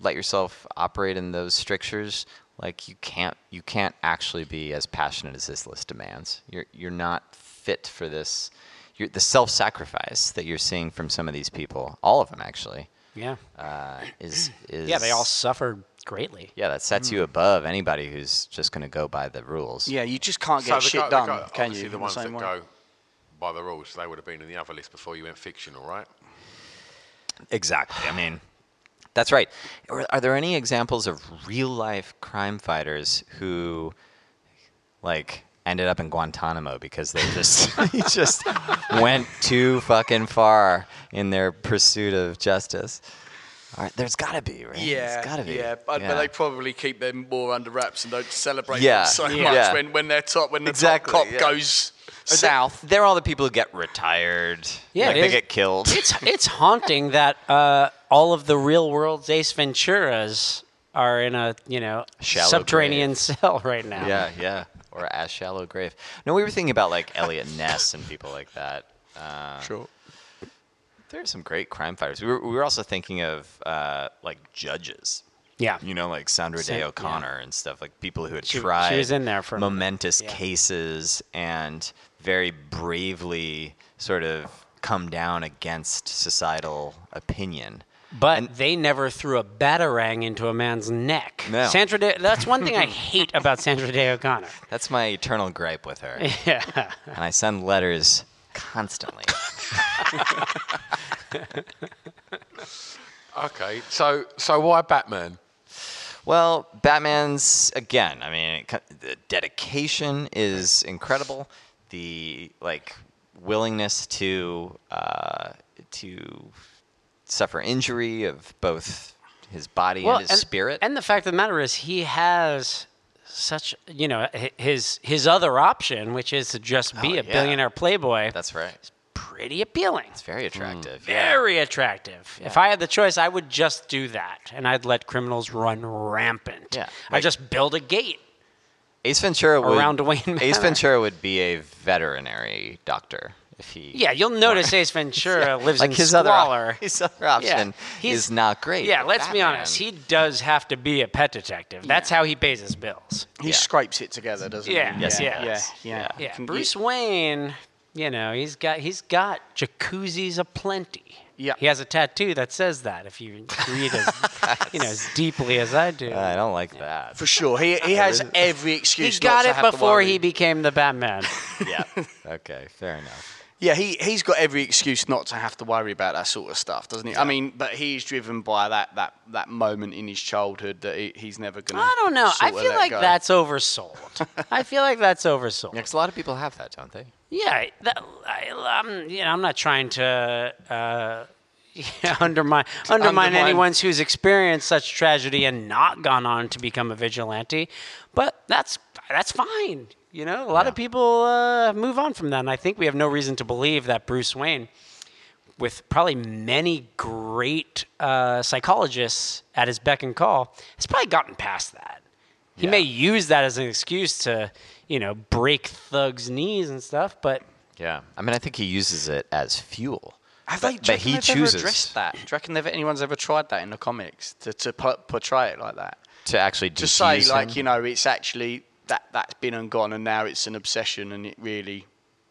F: let yourself operate in those strictures like you can't you can't actually be as passionate as this list demands you're you're not fit for this you're, the self-sacrifice that you're seeing from some of these people all of them actually
E: Yeah.
F: uh, is is
E: Yeah, they all suffered greatly. Mm.
F: yeah that sets you above anybody who's just going to go by the rules
D: Yeah, you just can't
B: So
D: get
B: the
D: shit
B: guy- the
D: done,
B: guy-
D: can
B: obviously
D: you?
B: The
D: in
B: ones
D: same
B: that
D: way.
B: go by the rules, they would have been in the other list before you went fictional, right?
F: Exactly. I mean, that's right. Are, are there any examples of real life crime fighters who, like, ended up in Guantanamo because they just he just went too fucking far in their pursuit of justice? All right, there's got to be, right?
G: Yeah,
F: There's gotta be.
G: yeah, but, but they probably keep them more under wraps and don't celebrate
F: Yeah,
G: them so
F: yeah.
G: much
F: Yeah.
G: when, when their top when the
F: Exactly,
G: top cop
F: yeah.
G: goes
F: Or
G: south.
F: They're, they're all the people who get retired.
E: Yeah,
F: like
E: it
F: they
E: is-
F: get killed.
E: It's it's haunting that uh, all of the real world's Ace Venturas are in a you know
F: Shallow
E: subterranean cell right now.
F: Yeah, yeah. Or as shallow grave. No, we were thinking about like Elliot Ness and people like that. Uh,
G: sure.
F: There are some great crime fighters. We were, we were also thinking of uh, like judges.
E: Yeah.
F: You know, like Sandra
E: Sa-
F: Day
E: yeah.
F: O'Connor and stuff, like people who had
E: She- she
F: tried
E: was in there for a minute.
F: momentous
E: Yeah.
F: cases and very bravely sort of come down against societal opinion.
E: But they never threw a batarang into a man's neck.
F: No.
E: Sandra Day, that's one thing I hate about Sandra Day O'Connor.
F: That's my eternal gripe with her.
E: Yeah.
F: and I send letters constantly.
B: Okay, so so why Batman?
F: Well, Batman's again. I mean, it, co- the dedication is incredible. The like willingness to uh, to suffer injury of both his body and his spirit.
E: And the fact of the matter is, he has such you know hi- his his other option, which is to just be
F: Oh,
E: a
F: yeah.
E: billionaire playboy.
F: That's right.
E: pretty appealing. It's
F: very attractive. yeah.
E: Very attractive. If I had the choice, I would just do that, and I'd let criminals run rampant.
F: Yeah,
E: I just build a gate.
F: Ace Ventura would,
E: Around Wayne
F: Ace
E: Manor.
F: Ventura would be a veterinary doctor if he.
E: Yeah, you'll notice Ace Ventura lives
F: like
E: in
F: his other op-
E: squalor.
F: his other option is not great.
E: Yeah,
F: but
E: let's be
F: Batman-
E: honest. He does have to be a pet detective. That's how he pays his bills.
D: He scrapes it together, doesn't
E: Yeah,
D: he?
E: Yes, he
D: yeah,
E: does.
D: yeah, yeah.
E: Yeah, Bruce Wayne, you know, he's got he's got jacuzzis aplenty.
D: Yeah.
E: He has a tattoo that says that. If you read as you know as deeply as I do,
F: I don't like that.
D: For sure, he he has every excuse.
E: he got
D: not to
E: it
D: have to
E: before
D: worry.
E: he became the Batman.
F: yeah. Okay. Fair enough.
D: Yeah, he he's got every excuse not to have to worry about that sort of stuff, doesn't he? I mean, but he's driven by that that that moment in his childhood that he, he's never gonna.
E: I don't know. I
D: sorta
E: feel
D: let
E: like
D: go.
E: that's oversold. I feel like that's oversold.
F: Because a lot of people have that, don't they?
E: um, Yeah, that, I, I'm. You know, I'm not trying to, uh, Yeah, undermine, undermine
G: undermine-
E: anyone who's experienced such tragedy and not gone on to become a vigilante. But that's that's fine. You know, a lot of people uh, move on from that, and I think we have no reason to believe that Bruce Wayne, with probably many great uh, psychologists at his beck and call, has probably gotten past that. He may use that as an excuse to, you know, break thugs' knees and stuff, but
F: Yeah. I mean, I think he uses it as fuel.
D: Have
F: but,
D: they?
F: but he chooses
D: Ever addressed that? Do you reckon they've- anyone's ever tried that in the comics to, to pu- portray it like that?
F: to actually
D: To say
F: defuse
D: like
F: him.
D: you know it's actually that that's been and gone and now it's an obsession and it really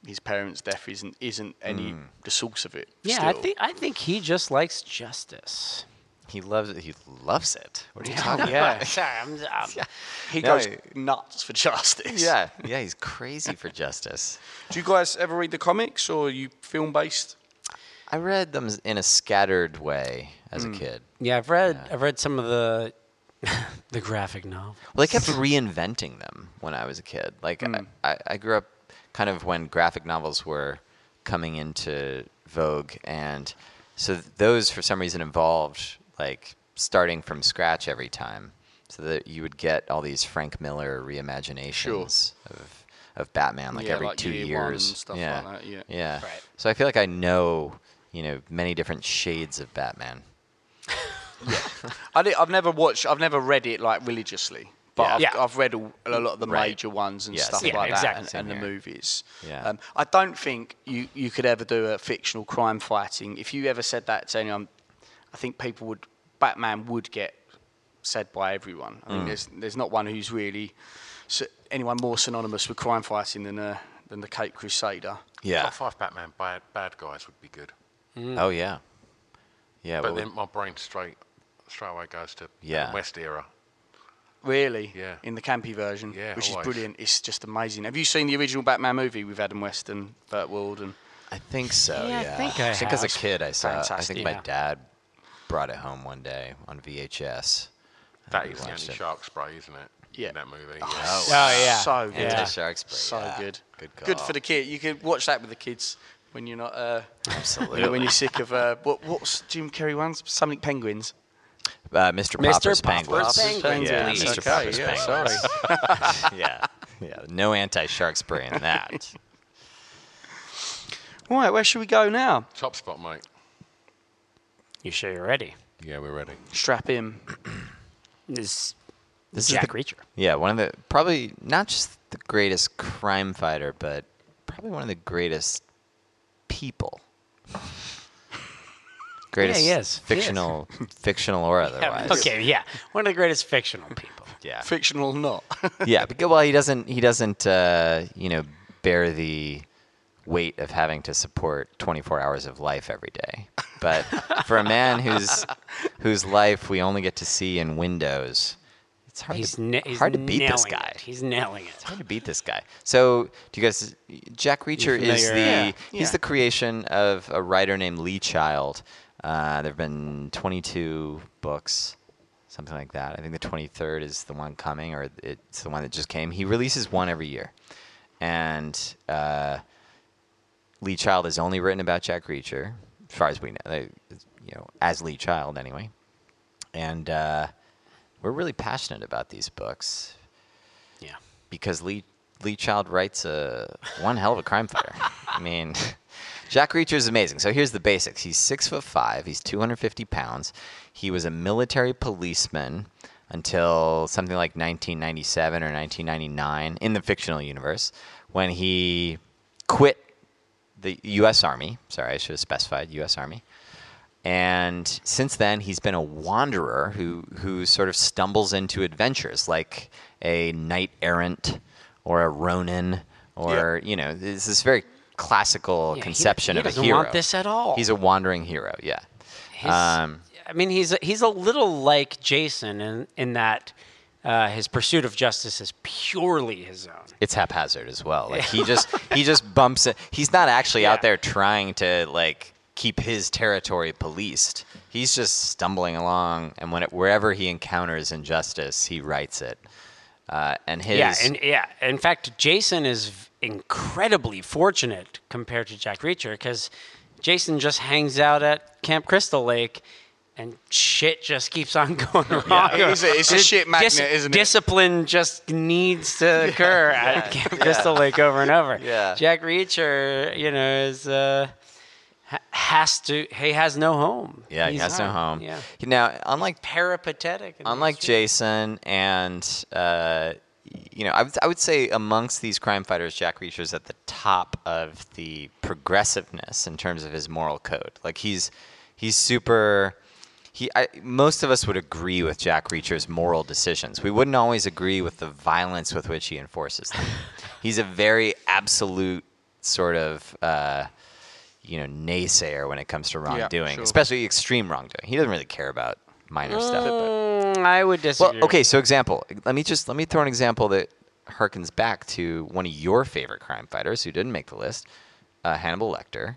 D: his parents' death isn't isn't any the source of it.
E: yeah, I
D: still.
E: think I think he just likes justice.
F: He loves it. He loves it. What are you
E: Yeah,
F: talking
E: yeah.
F: about?
E: Sorry, I'm, I'm,
D: he
F: No,
D: goes
F: he-
D: nuts for justice.
F: Yeah. Yeah. He's crazy for justice.
D: Do you guys ever read the comics or are you film based?
F: I read them in a scattered way
D: Hmm.
F: as a kid.
E: Yeah, I've read I've read some of the the graphic novel.
F: Well, they kept reinventing them when I was a kid. Like
D: Hmm.
F: I, I, I grew up kind of when graphic novels were coming into vogue, and so th- those for some reason involved like starting from scratch every time, so that you would get all these Frank Miller reimaginations of of Batman like
D: Yeah,
F: every
D: like
F: two
D: year one and
F: years.
D: stuff like
F: yeah.
D: that, yeah.
F: yeah.
D: Right.
F: So I feel like I know you know many different shades of Batman.
D: I did, I've never watched. I've never read it like religiously, but
F: Yeah.
D: I've,
F: Yeah.
D: I've read all, a lot of the
F: Right.
D: major ones and
F: Yeah,
D: stuff
F: same
D: like
F: here.
D: that,
F: Exactly,
D: and,
F: same
D: and the
F: here.
D: movies.
F: Yeah.
D: Um, I don't think you you could ever do a fictional crime fighting. If you ever said that to anyone, I think people would. Batman would get said by everyone. I think
F: Mm.
D: there's there's not one who's really s anyone more synonymous with crime fighting than uh, than the Cape Crusader.
F: Yeah.
B: Top five Batman bad, bad guys would be good.
F: Oh yeah. Yeah.
B: but
F: well,
B: then my brain straight straight away goes to
F: Yeah.
B: West era.
D: Really? Yeah. In the campy version,
B: Yeah,
D: which
B: always.
D: is brilliant. It's just amazing. Have you seen the original Batman movie with Adam West and Burt Wald and?
F: I think so.
D: Yeah, I
F: Yeah,
D: think I
F: as a
D: have.
F: kid I saw. it. I
D: Fantastic.
F: think my
D: Yeah.
F: dad brought it home one day on VHS. and
B: That
F: we
B: is the
F: watched
B: only
F: it.
B: shark spray, isn't it? Yeah. In that movie.
F: Oh,
D: so
F: yeah.
D: good.
F: Anti-shark spray,
D: So
F: yeah.
D: good.
F: Good
D: Good
F: call.
D: for the kid. You could watch that with the kids when you're not. Uh,
F: Absolutely.
D: when you're sick of uh, what what's Jim Carrey one's something penguins.
F: Uh, Mr.
D: Mr. Popper's
F: Popper's Penguins.
D: Penguins.
F: Yeah,
D: Penguins.
F: Mr.
D: Okay,
F: Popper's
D: yeah,
F: Penguins.
D: sorry.
F: yeah, yeah. No anti-shark spray in that.
D: Right, where should we go now?
B: Top spot, mate.
E: You sure you're ready?
B: Yeah, we're ready.
D: Strap in.
E: This,
F: This
E: Jack
F: is the,
E: Reacher.
F: Yeah, one of the probably not just the greatest crime fighter, but probably one of the greatest people. greatest
E: he is. He is.
F: fictional, fictional or otherwise.
E: okay, yeah, one of the greatest fictional people.
F: Yeah,
D: fictional not.
F: yeah, because well, he doesn't he doesn't uh, you know bear the weight of having to support 24 hours of life every day. But for a man whose whose life we only get to see in windows, it's hard
E: He's,
F: to,
E: na- he's
F: hard to beat this
E: nailing
F: guy.
E: it. He's nailing it.
F: It's hard to beat this guy. So, do you guys? Jack Reacher is the
E: familiar? Yeah.
F: he's
E: Yeah.
F: the creation of a writer named Lee Child. Uh, there have been 22 books, something like that. I think the 23rd is the one coming, or it's the one that just came. He releases one every year, and uh, Lee Child has only written about Jack Reacher, as far as we know. They- You know, as Lee Child anyway, and uh, we're really passionate about these books
E: Yeah.
F: because Lee Lee Child writes a one hell of a crime fighter. I mean, Jack Reacher is amazing. So here's the basics: he's six foot five, he's 250 pounds. He was a military policeman until something like 1997 or 1999 in the fictional universe when he quit the U.S. Army. Sorry, I should have specified U.S. Army. And since then, he's been a wanderer who who sort of stumbles into adventures, like a knight errant or a ronin, or you know, this is very classical
E: Yeah, he-
F: conception
E: he
F: of a
E: doesn't
F: hero.
E: want this at all.
F: He's a wandering hero. Yeah. Um,
E: His- I mean, he's he's a little like Jason in in that uh, his pursuit of justice is purely his own.
F: it's haphazard as well. Like he just he just bumps it. He's not actually out there trying to like keep his territory policed. He's just stumbling along, and when it, wherever he encounters injustice, he writes it. Uh, and his
E: Yeah, and yeah, in fact, Jason is v- incredibly fortunate compared to Jack Reacher because Jason just hangs out at Camp Crystal Lake, and shit just keeps on going wrong.
D: it is a- it's a shit magnet, isn't it?
E: Discipline just needs to occur at Camp
D: yeah.
E: Crystal Lake over and over.
D: Yeah.
E: Jack Reacher, you know, is uh, ha- has to. He has no home.
F: Yeah, he
E: He's
F: has no
E: out.
F: home.
E: Yeah.
F: Now, unlike
E: Peripatetic. in
F: unlike
E: this.
F: Jason and uh, you know, I would, I would say amongst these crime fighters, Jack Reacher's at the top of the progressiveness in terms of his moral code. Like he's he's super. He I, most of us would agree with Jack Reacher's moral decisions. We wouldn't always agree with the violence with which he enforces them. he's a very absolute sort of. Uh, you know, naysayer when it comes to wrongdoing,
E: sure.
F: especially extreme wrongdoing. He doesn't really care about minor stuff.
E: Mm, I would disagree.
F: Well, okay. So, example. Let me just let me throw an example that harkens back to one of your favorite crime fighters who didn't make the list, uh, Hannibal Lecter.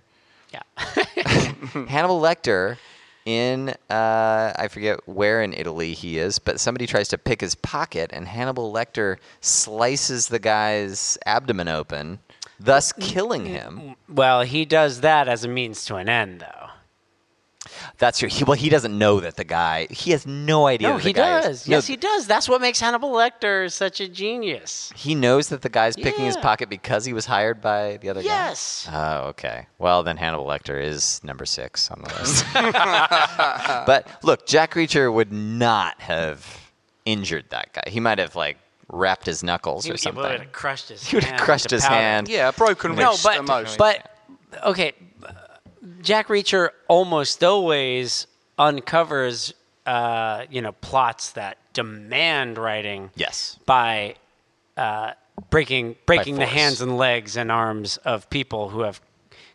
E: Yeah.
F: Hannibal Lecter, in uh, I forget where in Italy he is, but somebody tries to pick his pocket, and Hannibal Lecter slices the guy's abdomen open, thus killing him.
E: Well, he does that as a means to an end, though.
F: That's true. He, well, he doesn't know that the guy. He has no idea.
E: No,
F: that
E: he
F: the guy
E: does.
F: Is, no,
E: yes, he does. That's what makes Hannibal Lecter such a genius.
F: He knows that the guy's picking his
E: Yeah.
F: pocket because he was hired by the other
E: Yes.
F: guy. Yes. Oh, okay. Well, then Hannibal Lecter is number six on the list.
D: but
F: but look, Jack Reacher would not have injured that guy. He might have like wrapped his knuckles
E: He
F: or
E: would-
F: something.
E: He would have crushed his.
F: He would have
E: hand
F: crushed
E: with the
F: his
E: powder.
F: hand. Yeah, broken
E: no,
F: wrist
E: but,
F: the most.
E: But okay, Jack Reacher almost always uncovers, uh, you know, plots that demand writing.
F: Yes.
E: By uh, breaking breaking the
F: force.
E: hands and legs and arms of people who have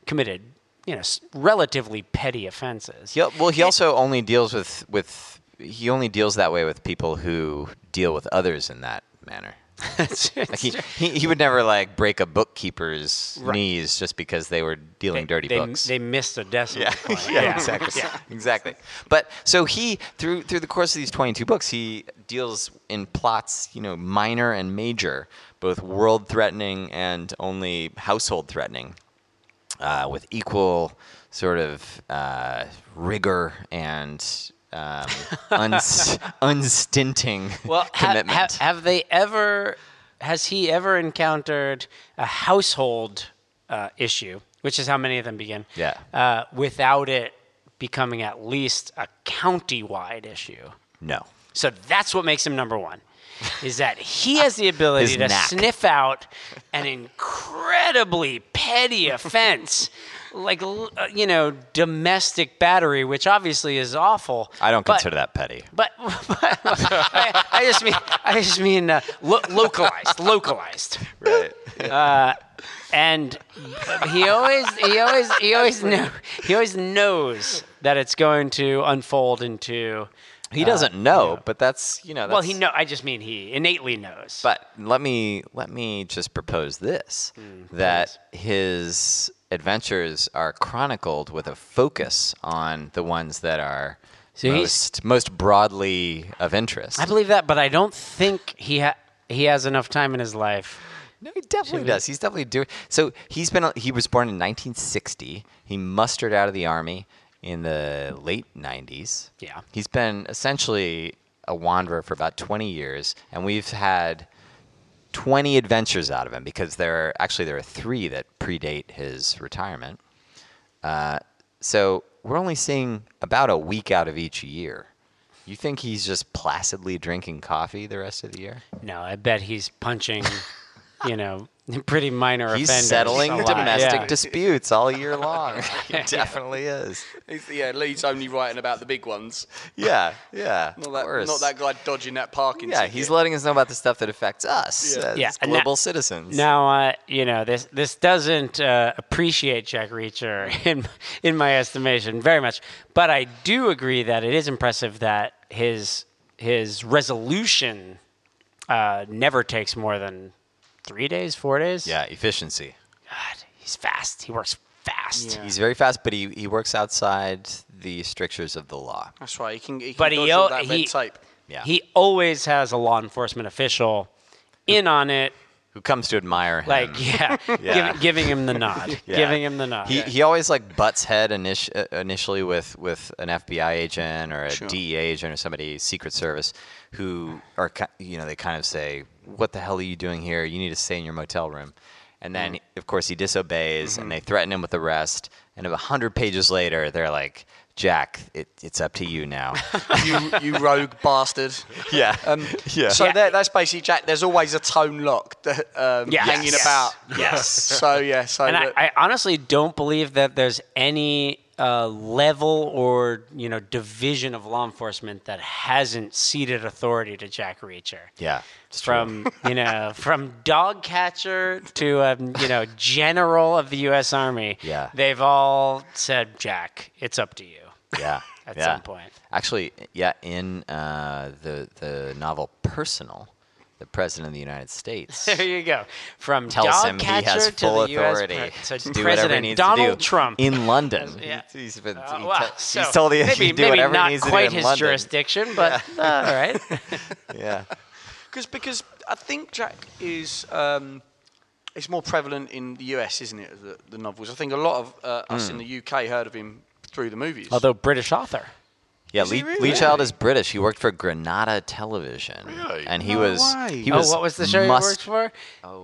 E: committed, you know, s- relatively petty offenses.
F: He, well, he also only deals with with he only deals that way with people who deal with others in that manner. Like, he, he, he would never like break a bookkeeper's
E: Right.
F: knees just because they were dealing dirty
E: they,
F: books.
E: They missed a decimal point.
F: yeah, exactly.
E: Yeah.
F: Exactly. But so he through through the course of these 22 books, he deals in plots, you know, minor and major, both world-threatening and only household-threatening, uh, with equal sort of uh, rigor and um, uns- unstinting
E: Well, ha-
F: commitment.
E: ha- have they ever? Has he ever encountered a household uh, issue, which is how many of them begin?
F: Yeah.
E: Uh, without it becoming at least a county-wide issue.
F: no.
E: So that's what makes him number one. Is that he has the ability
F: Uh, His
E: to
F: knack.
E: sniff out an incredibly petty offense, like l- uh, you know domestic battery, which obviously is awful.
F: I don't
E: but-
F: consider that petty.
E: but, but- I, I just mean I just mean uh, lo- localized, localized.
F: Right.
E: Uh, and he always he always he always know he always knows that it's going to unfold into.
F: He
E: uh,
F: doesn't know, but that's you know. That's,
E: well, he know. I just mean he innately knows.
F: But let me let me just propose this:
E: Hmm,
F: that his adventures are chronicled with a focus on the ones that are
E: So he's-
F: most most broadly of interest.
E: I believe that, but I don't think he ha- he has enough time in his life.
F: No, he definitely
E: Should we-
F: does. He's definitely doing. So he's been. He was born in 1960. He mustered out of the army in the late 90s.
E: Yeah.
F: He's been essentially a wanderer for about 20 years, and we've had 20 adventures out of him because there are actually there are three that predate his retirement. Uh, so we're only seeing about a week out of each year. You think he's just placidly drinking coffee the rest of the year?
E: No, I bet he's punching, you know, pretty minor
F: He's
E: offenders.
F: settling
E: a lot.
F: domestic
E: Yeah.
F: disputes all year long. he definitely is.
G: yeah, Lee's only writing about the big ones.
F: Yeah, yeah.
G: Not
F: of
G: that,
F: course.
G: not that guy dodging that parking.
F: Yeah, he's letting us know about the stuff that affects us
G: Yeah.
F: as
E: Yeah, and
F: global
E: that-
F: citizens.
E: Now, uh, you know this. This doesn't uh, appreciate Jack Reacher in in my estimation very much, but I do agree that it is impressive that his his resolution uh, never takes more than three days, four days.
F: Yeah, efficiency.
E: God, he's fast. He works fast.
F: He's very fast, but he, he works outside the strictures of the law.
G: That's right. He can. He can
E: but
G: dodge
E: he,
G: all
E: al-
G: that red
E: he,
G: tape.
F: Yeah.
E: he always has a law enforcement official in on it
F: who comes to admire him.
E: Like, yeah, Give, giving him the nod,
F: Yeah.
E: giving him the nod.
F: He, he always like butts head init- uh, initially with, with an FBI agent or a
E: Sure.
F: DEA agent or somebody Secret Service who are ki- you know they kind of say what the hell are you doing here you need to stay in your motel room and then
E: Mm.
D: Mm-hmm.
F: of course he disobeys and they threaten him with arrest and about hundred pages later they're like Jack it, it's up to you now
D: you, you rogue bastard.
F: yeah
D: Um,
F: yeah
D: So that, that's basically Jack. There's always a tone lock that, um,
E: Yes.
D: hanging
E: Yes.
D: about.
E: Yes.
D: so yeah. So
E: and
D: that-
E: I, I honestly don't believe that there's any uh, level or you know division of law enforcement that hasn't ceded authority to Jack Reacher.
F: yeah
E: From you know, from dog catcher to um, you know general of the U.S. Army,
F: Yeah.
E: they've all said, "Jack, it's up to you."
F: Yeah.
E: At
F: yeah.
E: some point.
F: Actually, yeah, in uh, the the novel Personal, the President of the United States
E: there you go. From
F: tells
E: dog
F: him he
E: catcher
F: has
E: to
F: full
E: the US
F: authority
E: pre- to
F: to do whatever he
E: President
F: needs to
E: Donald
F: do
E: Trump.
F: in London.
E: Yeah.
F: He's been
E: Uh,
F: he
E: well,
F: te- he's
E: so
F: told he
E: maybe,
F: can do
E: maybe
F: whatever
E: not
F: he needs
E: quite
F: to do in
E: his
F: London.
E: jurisdiction, but uh, all right.
F: yeah.
D: Because because I think Jack is um, it's more prevalent in the US, isn't it? The, the novels. I think a lot of uh, us
F: Mm.
D: in the UK heard of him through the movies.
E: Although British author.
F: Yeah,
D: Is
F: Lee,
D: he really?
F: Lee Child is British. He worked for Granada Television, really? and he
E: No
F: was
E: way.
F: he
E: Oh,
F: was Oh,
E: what was the show he
F: must,
E: worked for?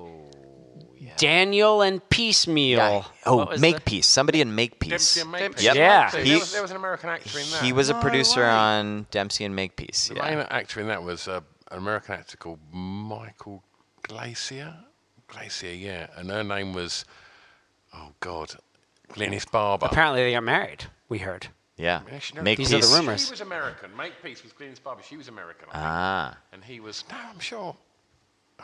E: Daniel and Piecemeal.
F: Oh,
E: What was the-
F: Makepeace. Somebody in Makepeace.
B: Dempsey and Makepeace.
F: Yep.
B: Yeah. There
F: He,
B: was- there was an American actor in that.
F: He was a
B: No
F: producer
B: way.
F: on Dempsey and Makepeace.
B: The
F: Yeah.
B: main actor in that was uh, an American actor called Michael Glacier. Glacier, yeah. And her name was, oh God, Glynis Barber.
E: Apparently they got married. We heard.
F: Yeah.
B: Yeah, she knows-
E: These are the rumors.
B: She was American. Makepeace was Glynis Barber. She was American. I think.
F: Ah.
B: And he was, no, I'm sure.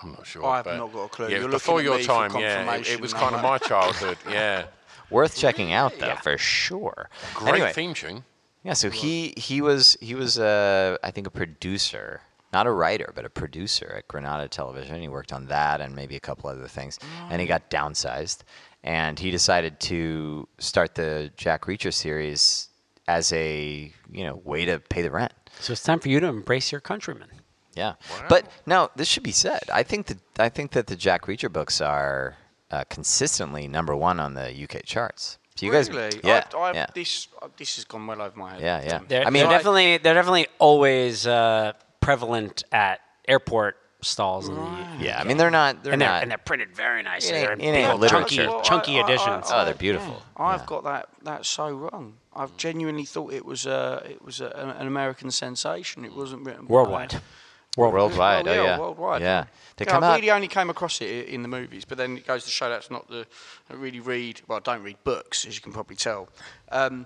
B: I'm not sure.
D: I've
B: but-
D: not got a clue.
B: Yeah, it
D: You're
B: was
D: looking
B: before
D: at
B: your
D: me for
B: time, yeah. It,
D: confirmation,
B: it was
D: I'm
B: kind of my
D: like-
B: childhood, yeah.
F: Worth checking out though for sure.
B: Great
F: Anyway,
B: theme tune.
F: Yeah, so he he was he was uh, I think a producer, not a writer, but a producer at Granada Television. He worked on that and maybe a couple other things, and
D: Mm.
F: he got downsized, and he decided to start the Jack Reacher series as a you know way to pay the rent.
E: So it's time for you to embrace your countrymen.
F: Yeah, but now this should be said. I think that I think that the Jack Reacher books are uh, consistently number one on the UK charts. So you
D: really?
F: guys, yeah,
D: I, I,
F: yeah.
D: This uh, this has gone well over my head.
F: Yeah, yeah.
E: They're,
F: I mean-
E: they're definitely they're definitely always uh, prevalent at airport stalls. in the-
F: Yeah, I mean they're not. They're
E: and they're
F: not.
E: and they're printed very nicely.
F: It
E: They're
F: ain't-
E: in
F: it ain't
E: big, chunky,
F: literature.
E: chunky
D: I- I-
E: editions.
F: Oh, they're beautiful.
D: I've got that that so wrong. I've genuinely thought it was uh, it was a, an American sensation. It wasn't written by-
F: Worldwide. Worldwide.
D: Well,
F: oh yeah.
D: worldwide.
F: Yeah. They
D: Yeah,
F: come
D: I
F: out.
D: really only came across it i- in the movies, but then it goes to show that's not the. I really read. Well, I don't read books, as you can probably tell. Um,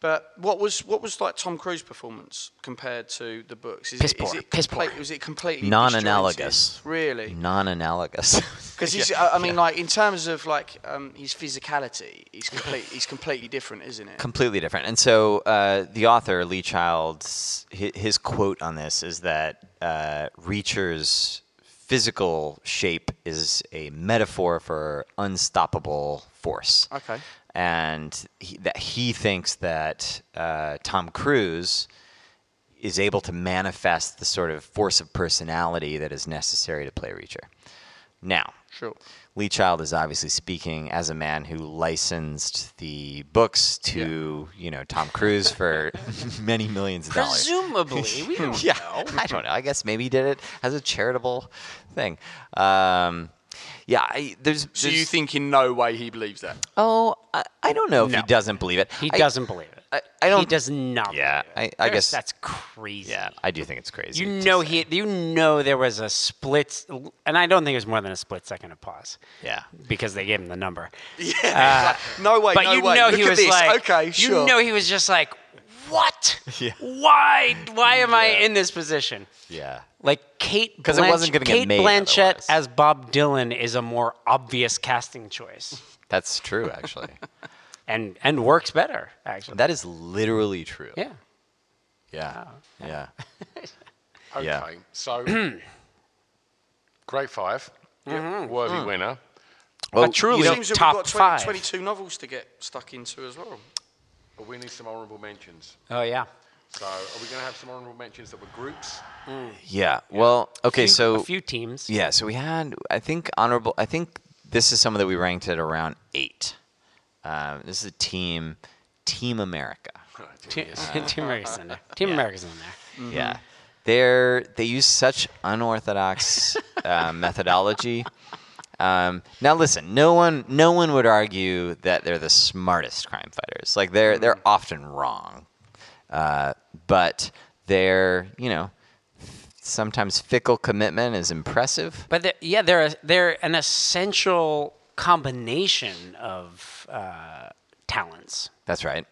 D: but what was what was like Tom Cruise performance compared to the books? Is
F: Piss
D: it, is
F: poor,
D: it
F: piss
D: complete-
F: poor.
D: Was it completely
F: Non-analogous.
D: disjointed? Really?
F: Non-analogous.
D: Because he's, I I mean, like in terms of like um, his physicality, he's complete. He's completely different, isn't it?
F: completely different. And so uh, the author Lee Childs, his, his quote on this is that uh, Reacher's physical shape is a metaphor for unstoppable force.
D: Okay.
F: And he, that he thinks that uh, Tom Cruise is able to manifest the sort of force of personality that is necessary to play Reacher. Now,
D: Sure.
F: Lee Child is obviously speaking as a man who licensed the books to, you know, Tom Cruise for many millions of dollars.
E: Presumably, we don't
F: yeah, I don't know. I guess maybe he did it as a charitable thing. Um, yeah, I, there's,
D: So
F: there's-
D: you think in no way he believes that?
F: Oh, I, I don't know if
D: No.
F: he doesn't believe it.
E: He
F: I-
E: doesn't believe it.
F: I, I don't.
E: He does not.
F: Yeah, I,
E: believe it.
F: I
E: There's-
F: guess
E: that's crazy.
F: Yeah, I do think it's crazy.
E: You know he. You know there was a split, and I don't think it was more than a split second of pause.
F: Yeah,
E: because they gave him the number.
D: Yeah.
E: Uh,
D: no way.
E: but
D: no
E: you
D: way.
E: know
D: Look
E: he
D: at
E: was
D: this.
E: like,
D: okay, sure.
E: You know he was just like, what?
F: Yeah.
E: Why? Why am I in this position?
F: Yeah.
E: Like Kate,
F: 'Cause it
E: Blanch-
F: wasn't gonna get
E: Kate
F: made
E: Blanchett as Bob Dylan is a more obvious casting choice,
F: That's true, actually.
E: and and works better actually.
F: that is literally true.
E: Yeah.
F: Yeah.
B: Oh,
F: Yeah.
B: Okay,
F: Yeah.
B: so Great Five, yep,
E: Mm-hmm.
D: Mhm.
B: worthy
D: Mm.
B: winner.
F: Well,
D: It seems that we've got 20, 22 novels to get stuck into as well.
B: But we need some honourable mentions.
E: Oh yeah.
B: So, are we going to have some honourable mentions that were groups?
F: Yeah. Well, okay.
B: Few-
F: so
B: a few teams.
F: Yeah. So we had, I think, honorable. I think this is someone that we ranked at around eight. Um, this is a team, Team America.
E: Team, Team America's in there. Team America's in there.
F: Yeah. Mm-hmm. They're they use such unorthodox uh, methodology. Um, now listen, no one no one would argue that they're the smartest crime fighters. Like they're they're often wrong, uh, but they're you know sometimes fickle commitment is impressive.
E: But they're, yeah, they're they're an essential combination of uh, talents.
F: That's right.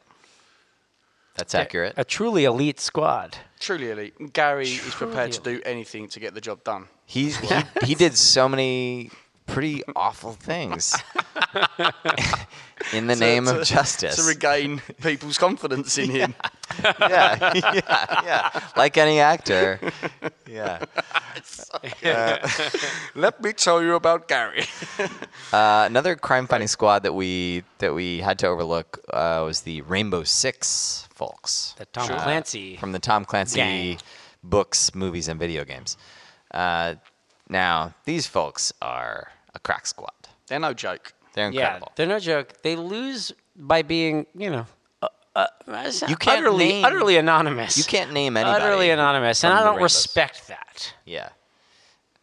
F: That's
E: They're
F: accurate.
E: A truly elite squad.
D: Truly elite. Gary is prepared to
E: Truly
D: do anything to get the job done.
F: He he, he did so many pretty awful things in the
D: To-
F: name
D: to-
F: of justice.
D: To regain people's confidence in him.
F: yeah, yeah, yeah. Like any actor. Yeah. Uh,
D: Let me tell you about Gary.
F: Uh, another crime fighting squad that we that we had to overlook uh, was the Rainbow Six folks. The
E: Tom Sure. Clancy
F: from the Tom Clancy
E: gang.
F: books, movies, and video games. Uh, now these folks are a crack squad.
D: They're no joke.
F: They're incredible.
E: Yeah, they're no joke. They lose by being, you know, uh, uh,
F: You can't
E: utterly,
F: name-
E: utterly anonymous.
F: You can't name anybody.
E: Utterly anonymous, and
F: from
E: I
F: the
E: don't
F: Rainbow Six.
E: respect that.
F: Yeah.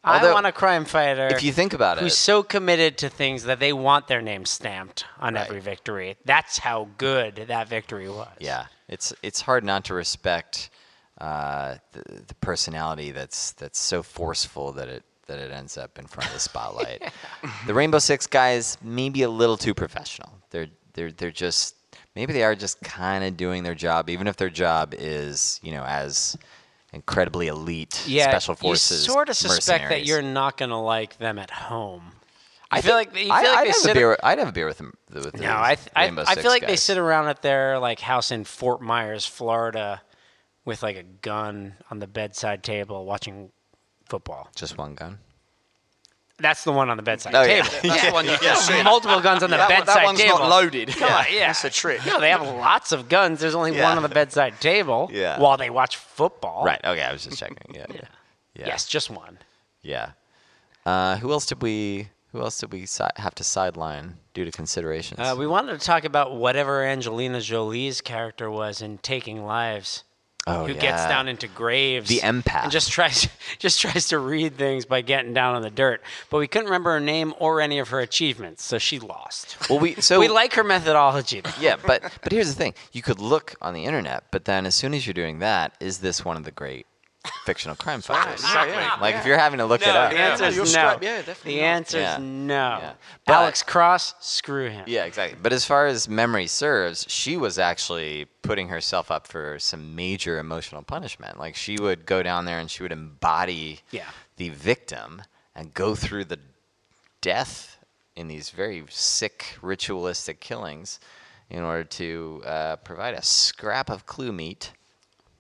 E: I
F: Although-
E: want a crime fighter.
F: If you think about
E: who's
F: it-
E: so committed to things that they want their name stamped on every victory. That's how good that victory was.
F: Yeah, it's it's hard not to respect uh, the, the personality that's that's so forceful that it that it ends up in front of the spotlight. The Rainbow Six guys maybe a little too professional. They're they're they're just maybe they are just kind of doing their job, even if their job is you know as incredibly elite
E: Yeah,
F: special forces.
E: You sort of suspect that
F: mercenaries.
E: you're not going to like them at home.
F: I
E: feel like
F: think-
E: they- you
F: I,
E: feel like
F: I'd
E: they
F: have a
E: sit-
F: beer. I'd have a beer with them. With
E: No, I, th- I,
F: Rainbow
E: I
F: Six
E: feel like they
F: guys.
E: sit around at their like house in Fort Myers, Florida, with like a gun on the bedside table, watching football.
F: just one gun.
E: That's the one on the bedside
F: Oh, yeah.
E: table.
F: That's the one you can see.
E: Multiple guns on the
D: That one- that
E: bedside
D: one's not
E: table.
D: loaded.
E: Come
D: Yeah.
E: on, yeah, that's a trick. No, they have lots of guns. There's only
F: Yeah.
E: one on the bedside table.
F: Yeah.
E: While they watch football.
F: Right. Okay, I was just checking. Yeah. yeah. Yeah.
E: Yes, just one.
F: Yeah. Uh, who else did we? Who else did we si- have to sideline due to considerations?
E: Uh, we wanted to talk about whatever Angelina Jolie's character was in Taking Lives.
F: Oh,
E: who gets
F: yeah.
E: down into graves?
F: The empath.
E: and just tries just tries to read things by getting down on the dirt. But we couldn't remember her name or any of her achievements, so she lost.
F: well, we so
E: we like her methodology. Though.
F: yeah, but but here's the thing: you could look on the internet, but then as soon as you're doing that, is this one of the great fictional crime fighters?
E: Exactly.
F: Like if you're having to look
E: No,
F: it up,
E: The answer
D: You're
E: is no.
D: strapped- yeah, definitely
E: the
D: not.
E: answer is
F: Yeah.
E: no.
F: But-
E: Alex Cross, screw him.
F: Yeah, exactly. But as far as memory serves, she was actually putting herself up for some major emotional punishment. Like she would go down there and she would embody
E: Yeah.
F: the victim and go through the death in these very sick ritualistic killings in order to uh, provide a scrap of clue meat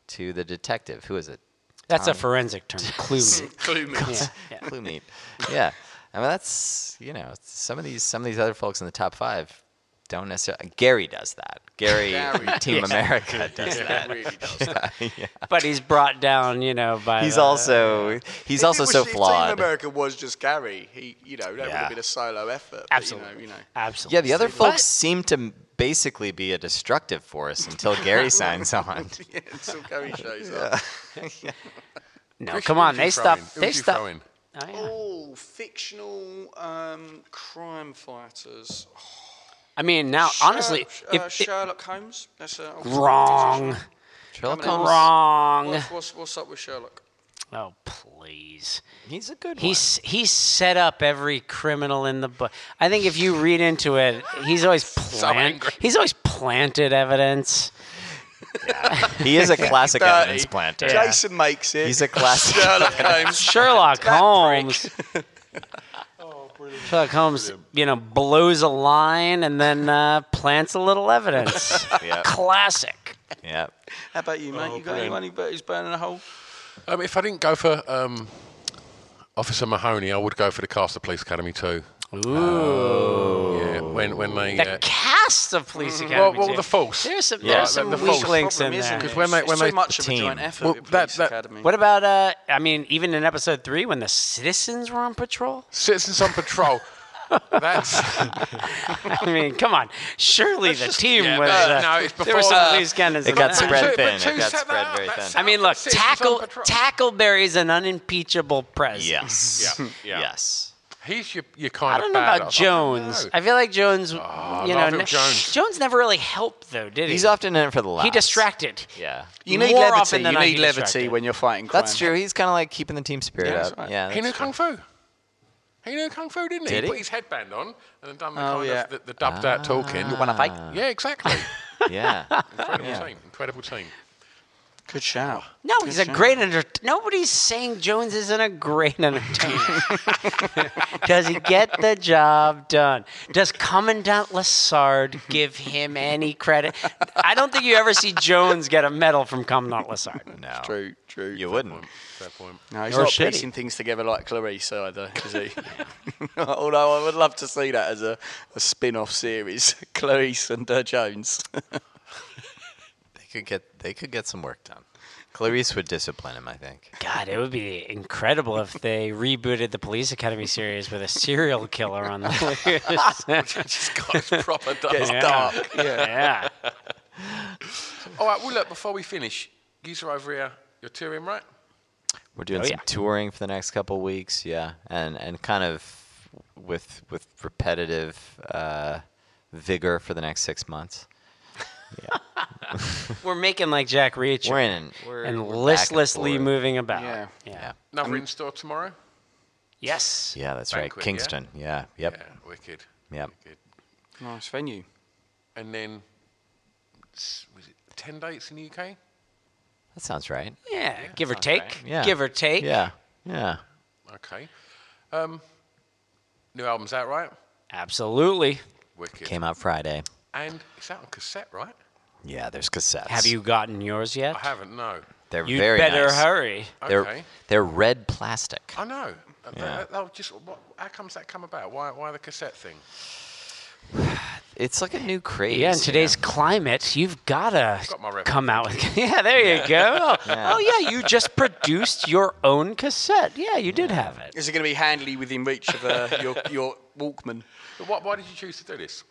F: to the detective. Who is it?
E: That's a
F: Tommy?
E: forensic term. Clue meat.
D: Clue
E: meat. Yeah, yeah.
F: Clue meat. Yeah. I mean that's you know some of these some of these other folks in the top five don't necessarily. Gary does that. Gary,
E: Gary
F: Team
E: does. Yeah,
F: America does
E: he
F: that.
E: really does that.
F: Yeah.
E: But he's brought down, you know, by
F: He's
E: the-
F: also he's also so
D: If Team
F: flawed.
D: America was just Gary, he, you know, that would have been a solo effort. Absolutely. you know,
E: Absolutely.
F: Yeah, the other folks seem to m- basically be a destructive force until Gary signs on.
D: yeah, until Gary shows up.
E: No,
D: Christian,
E: come
D: who
E: on,
D: would
E: they
D: you throw
E: stop.
D: in? Who
E: They
D: would you
E: stop.
D: throw in?
E: Oh, yeah.
D: Oh, fictional um, crime fighters.
E: I mean, now
D: Sherlock-
E: honestly,
D: uh,
E: if it-
D: Sherlock Holmes. That's a
E: wrong,
F: Sherlock
D: Coming in.
E: wrong.
D: What's, what's, what's up with Sherlock?
E: Oh please.
F: He's a good
E: He's he set up every criminal in the book. I think if you read into it, he's always plant,
F: angry.
E: He's always planted evidence.
F: He is a classic
E: Dirty.
F: evidence planter.
E: Yeah.
D: Jason makes it.
F: He's a classic.
D: Sherlock Holmes.
E: Sherlock Holmes. Sherlock Holmes, you know, blows a line and then uh, plants a little evidence.
F: Yeah.
E: Classic.
F: Yeah.
D: How about you, mate?
B: Oh,
D: you got anyone
B: brilliant.
D: who- who's burning a hole?
B: Um, if I didn't go for um, Officer Mahoney, I would go for the Cast of Police Academy too. Ooh. Yeah, when, when they.
E: The
B: uh,
E: cast of Police
B: Mhm.
E: Academy.
B: Well, well,
E: too.
B: the false.
E: There's some,
B: Yeah.
E: there's some
B: The
E: weak
B: false.
E: links in
B: Problem, isn't
E: there.
B: it? 'Cause when they- It's when too they- much of a joint effort Well, with that- Police that- Academy.
E: What about, uh, I mean, even in episode three when the citizens were on patrol?
B: Citizens on patrol. That's.
E: I mean, come on. Surely the team
B: yeah,
E: was.
B: no,
E: Uh,
B: no, it's
E: there were
B: before
E: some
B: that.
E: police cannons.
F: It
E: in
F: got
E: there.
F: spread But- but thin. It who got set spread that very up? thin. That
E: I mean, look,
B: sounds like
E: tackle
B: citizens
E: Tackleberry's an unimpeachable presence.
F: Yes.
B: Yeah, yeah.
F: Yes.
B: He's your, your kind
E: I
B: of
E: don't know
B: badass.
E: about Jones. I feel like Jones, you know,
B: Marvin
E: ne-
B: Oh, Jones.
E: Jones never really helped though, did he?
F: He's often in it for the last.
E: He distracted.
F: Yeah.
D: You need
E: More
D: levity.
E: often than
D: You
E: not,
D: need
E: he
D: levity
E: distracted.
D: when you're fighting crime.
F: That's true. He's kind of like keeping the team spirit up. Yeah.
B: he
F: that's
B: knew kung
F: true.
B: fu. He knew kung fu, didn't he?
F: Did he?
B: put his headband on and then done the
D: Oh,
B: kind
D: yeah.
B: of the, the dubbed out talking.
F: You wanna fight?
B: Yeah, exactly.
F: Yeah.
B: Incredible
F: Yeah.
B: team. Incredible team.
D: Good shout.
E: No, he's a great enter. Nobody's saying Jones isn't a great entertainer. Does he get the job done? Does Commandant Lassard give him any credit? I don't think you ever see Jones get a medal from Commandant Lassard.
F: No.
D: True, true.
F: You wouldn't.
B: Fair point.
D: No, he's
E: Or
D: not
E: should he?
D: piecing things together like Clarice either, is he? Although I would love to see that as a, a spin off series Clarice and uh, Jones.
F: They could get they could get some work done. Clarice would discipline him, I think.
E: God, it would be incredible if they rebooted the Police Academy series with a serial killer on the loose.
B: Just got his proper dark.
D: Gets dark. Yeah.
E: yeah.
B: All right, well, look, before we finish, geese are over here. You're Tyrion, right?
F: We're doing
E: Oh,
F: some
E: yeah.
F: touring for the next couple weeks, yeah, and and kind of with with repetitive uh, vigor for the next six months.
E: We're making like Jack Reacher.
F: We're in. We're,
E: and
F: we're back
E: listlessly
F: forth.
E: moving about.
D: Yeah.
E: Yeah.
B: Another in store tomorrow.
E: Yes.
F: Yeah, that's
B: Banquet,
F: right,
B: yeah?
F: Kingston. Yeah. Yep.
B: Yeah, wicked.
F: Yep.
B: Wicked.
D: Nice venue.
B: And then, s- was it 10 dates in the UK?
F: That sounds right.
E: Yeah. Give or take.
F: Yeah.
E: Give or take.
F: Yeah. Yeah.
B: Okay. Um, new album's out, right?
E: Absolutely.
B: Wicked.
F: Came out Friday.
B: And it's out on cassette, right?
F: Yeah, there's cassettes.
E: Have you gotten yours yet?
B: I haven't, no.
F: They're
E: You'd
F: very
E: better
F: nice.
E: hurry.
F: They're
B: Okay.
F: they're red plastic.
B: I know. Uh, that- that- that just, what, how comes that come about? Why, why the cassette thing?
F: It's like a new craze.
E: Yeah, in
F: you
E: today's
F: know?
E: climate, you've gotta
B: Got my reference.
E: come out with. Yeah, there you go.
F: Yeah.
E: Oh yeah, you just produced your own cassette. Yeah, you did have it.
D: Is it going to be handily within reach of uh, your, your Walkman?
B: But why, why did you choose to do this?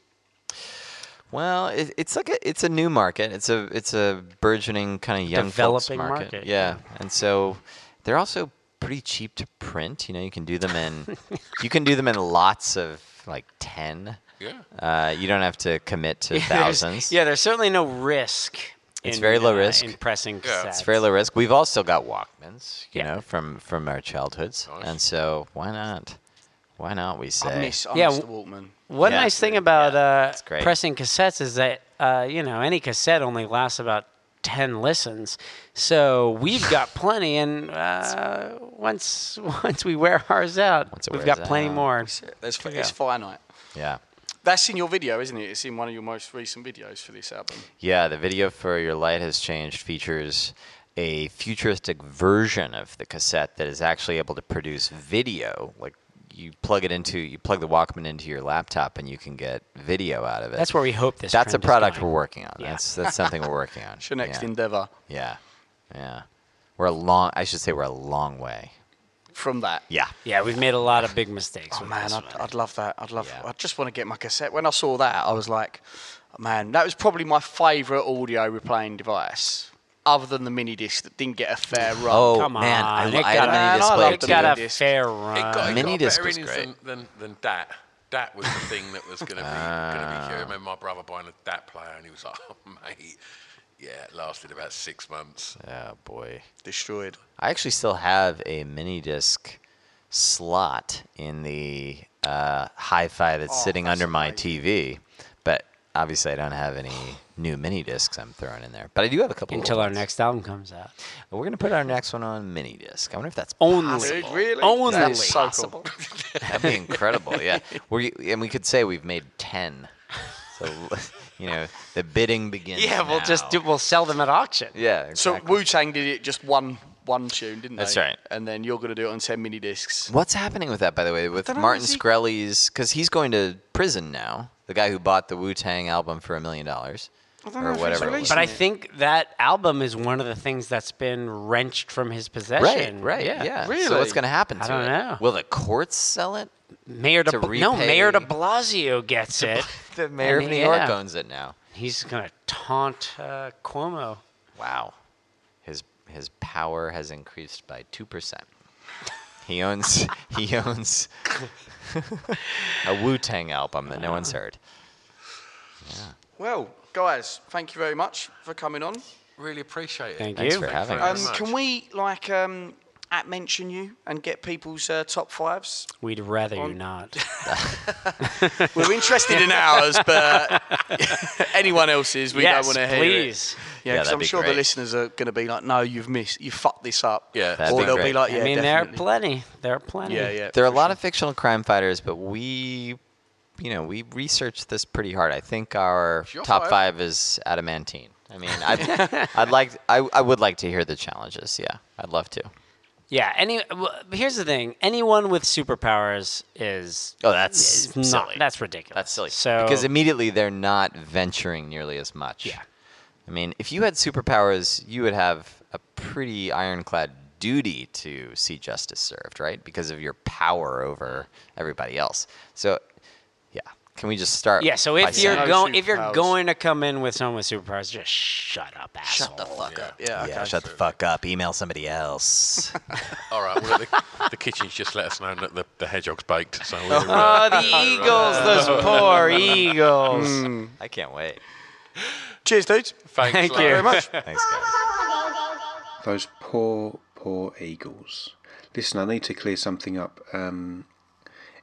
F: Well, it, it's like a it's a new market. It's a it's a burgeoning kind of young folks
E: Developing
F: market.
E: market,
F: Yeah. and so they're also pretty cheap to print. You know, you can do them in you can do them in lots of like ten.
B: Yeah.
F: Uh, you don't have to commit to
E: There's-
F: thousands.
E: yeah, there's certainly no risk.
F: It's
E: in,
F: very low
E: uh,
F: risk.
E: in pressing
B: Yeah.
E: cassettes.
F: It's very low risk. We've all still got Walkmans, you
E: Yeah.
F: know, from from our childhoods, and so why not? Why not? We say.
D: I miss, I
E: Yeah,
D: miss the
E: w-
D: Walkman.
E: One
F: Yeah.
E: nice thing about
F: it's
E: uh,
F: great.
E: pressing cassettes is that uh, you know any cassette only lasts about ten listens, so we've got plenty, and uh, once once we wear ours out,
F: Once it
E: we've
F: wears
E: got plenty
F: out.
E: more.
D: There's, fi- it's finite.
F: Yeah.
D: That's in your video, isn't it? It's in one of your most recent videos for this album.
F: Yeah, the video for Your Light Has Changed features a futuristic version of the cassette that is actually able to produce video. Like you plug it into, you plug the Walkman into your laptop and you can get video out of it.
E: That's where we hope this.
F: That's a
E: trend is
F: product
E: going.
F: we're working on. That's that's something we're working on.
D: It's your next
F: yeah.
D: endeavour
F: yeah. Yeah. We're a long I should say we're a long way.
D: from that.
F: Yeah.
E: Yeah, we've made a lot of big mistakes.
D: Oh
E: with
D: man,
E: this
D: I'd,
E: one.
D: I'd love that. I'd love.
F: Yeah.
D: I just want to get my cassette. When I saw that, I was like, man, that was probably my favourite audio replaying device, other than the mini disc that didn't get a fair run.
F: Oh
E: Come on,
F: man, I,
E: it
F: I
E: got,
F: had a mini
D: Man, I
F: display
D: loved
E: it
F: too.
E: got a
D: disc.
E: fair
B: It
E: run.
B: got, it
F: Mini
B: got
F: disc
B: better
F: was
B: innings
F: great.
B: than, than, than that. That was the thing that was going to be going to be. I remember my brother buying a DAT player, and he was like, oh, "Mate, yeah, it lasted about six months."
F: Oh boy.
D: Destroyed.
F: I actually still have a mini disc slot in the uh, hi-fi
D: Oh,
F: that's sitting under my TV, but obviously I don't have any new mini discs I'm throwing in there. But I do have a couple.
E: Until
F: old
E: our
F: ones.
E: next album comes out,
F: We're gonna put our next one on mini disc. I wonder if that's
E: only,
F: possible.
D: really?
E: only.
D: That's so cool.
F: That'd be incredible. Yeah, we and we could say we've made ten. So you know the bidding begins.
E: Yeah, we'll just
F: now.
E: do, we'll sell them at auction.
F: Yeah.
D: So
F: Exactly.
D: Wu Tang did it just one one tune, didn't
F: That's
D: they?
F: right.
D: And then you're going to do it on 10 mini discs.
F: What's happening with that, by the way, with
D: dunno,
F: Martin
D: is he-
F: Screlly's? Because he's going to prison now. The guy who bought the Wu Tang album for a million dollars
D: I
F: or whatever. it was.
E: But I think that album is one of the things that's been wrenched from his possession.
F: Right, right, yeah. So what's going to happen to
E: I don't
F: it?
E: know.
F: Will the courts sell it?
E: Mayor de
F: to
E: Bla- no,
F: repay-
E: Mayor de Blasio gets it.
F: the mayor
E: And
F: of New
E: he-
F: York
E: yeah.
F: owns it now.
E: He's going to taunt uh, Cuomo.
F: Wow, his his power has increased by two percent. He owns he owns a Wu Tang album that no one's heard.
D: Well, guys, thank you very much for coming on.
B: Really appreciate it.
F: Thank Thanks you. for having
D: um,
F: us.
D: Can we, like, um, at mention you and get people's uh, top fives?
E: We'd rather you
D: On-
E: not.
D: We're interested in ours, but anyone else's, we
E: Yes,
D: don't want to hear
E: please.
D: it. Yeah,
E: Yeah,
D: because
E: that'd
D: I'm
E: be
D: sure the
E: great.
D: listeners are going to be like, no, you've missed, you fucked this up.
F: Yeah,
D: or
F: That'd be
D: they'll be
F: great.
D: like, yeah,
E: I mean, there are
D: definitely.
E: plenty. There are plenty.
D: Yeah, yeah.
F: there are a lot of fictional crime fighters, but we, you know, we researched this pretty hard. I think our
E: your
F: top
E: five.
F: five. is adamantine. I mean, I'd, I'd like, I, I would like to hear the challenges. Yeah, I'd love to.
E: Yeah. Any. well, Here's the thing. Anyone with superpowers is.
F: Oh, that's
E: is not-
F: silly.
E: That's ridiculous. That's silly. So
F: because immediately they're not venturing nearly as much. Yeah. I mean, if you had superpowers, you would have a pretty ironclad duty to see justice served, right? Because of your power over everybody else. So, yeah. Can we just start?
E: Yeah, so
F: by
E: if you're
F: saying-
E: going if you're going to come in with someone with superpowers, just shut up, asshole. Shut the fuck
D: up. Yeah,
F: yeah, shut the fuck up. Email somebody else.
B: All right. Well, the, the kitchen's just let us know that the, the hedgehog's baked. So we're, uh,
E: Oh, the eagles, those poor eagles.
D: Hmm.
F: I can't wait.
D: Cheers, dudes.
B: Thanks,
D: Thank you very much.
F: Thanks, guys.
A: Those poor, poor eagles. Listen, I need to clear something up. Um,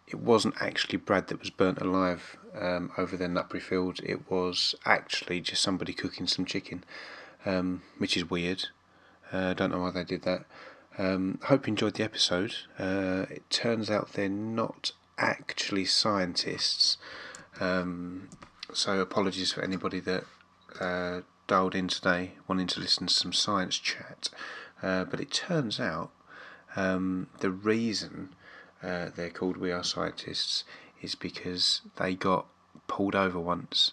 A: it wasn't actually Brad that was burnt alive um, over there in Nutbury Field. It was actually just somebody cooking some chicken, um, which is weird. Uh, don't know why they did that. Um, hope you enjoyed the episode. Uh, it turns out they're not actually scientists. Um, so apologies for anybody that uh, dialed in today wanting to listen to some science chat. Uh, but it turns out um, the reason uh, they're called We Are Scientists is because they got pulled over once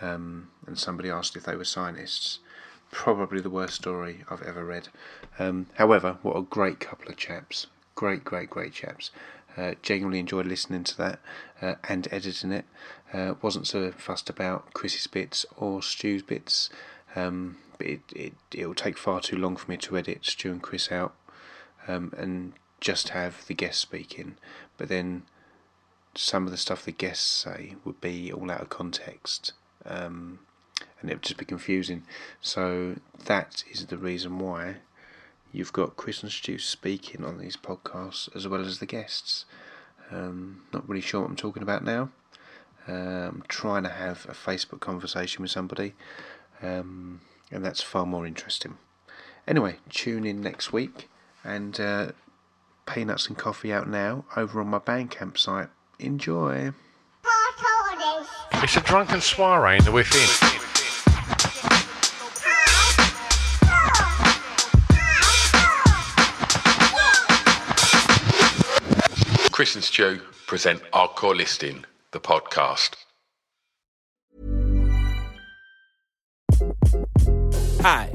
A: um, and somebody asked if they were scientists. Probably the worst story I've ever read. Um, however, what a great couple of chaps. Great, great, great chaps. Uh, genuinely enjoyed listening to that uh, and editing it. Uh, wasn't so fussed about Chris's bits or Stu's bits. Um, but it, it, it'll take far too long for me to edit Stu and Chris out um, and just have the guests speaking. But then some of the stuff the guests say would be all out of context. Um, and it would just be confusing. So that is the reason why you've got Chris and Stu speaking on these podcasts as well as the guests. Um, not really sure what I'm talking about now. Uh, I'm trying to have a Facebook conversation with somebody, um, and that's far more interesting. Anyway, tune in next week and uh, peanuts and coffee out now over on my Bandcamp site. Enjoy.
B: it's a drunken soiree in the within.
C: Chris and Stu present Our Core Listing, the podcast.
H: Hi,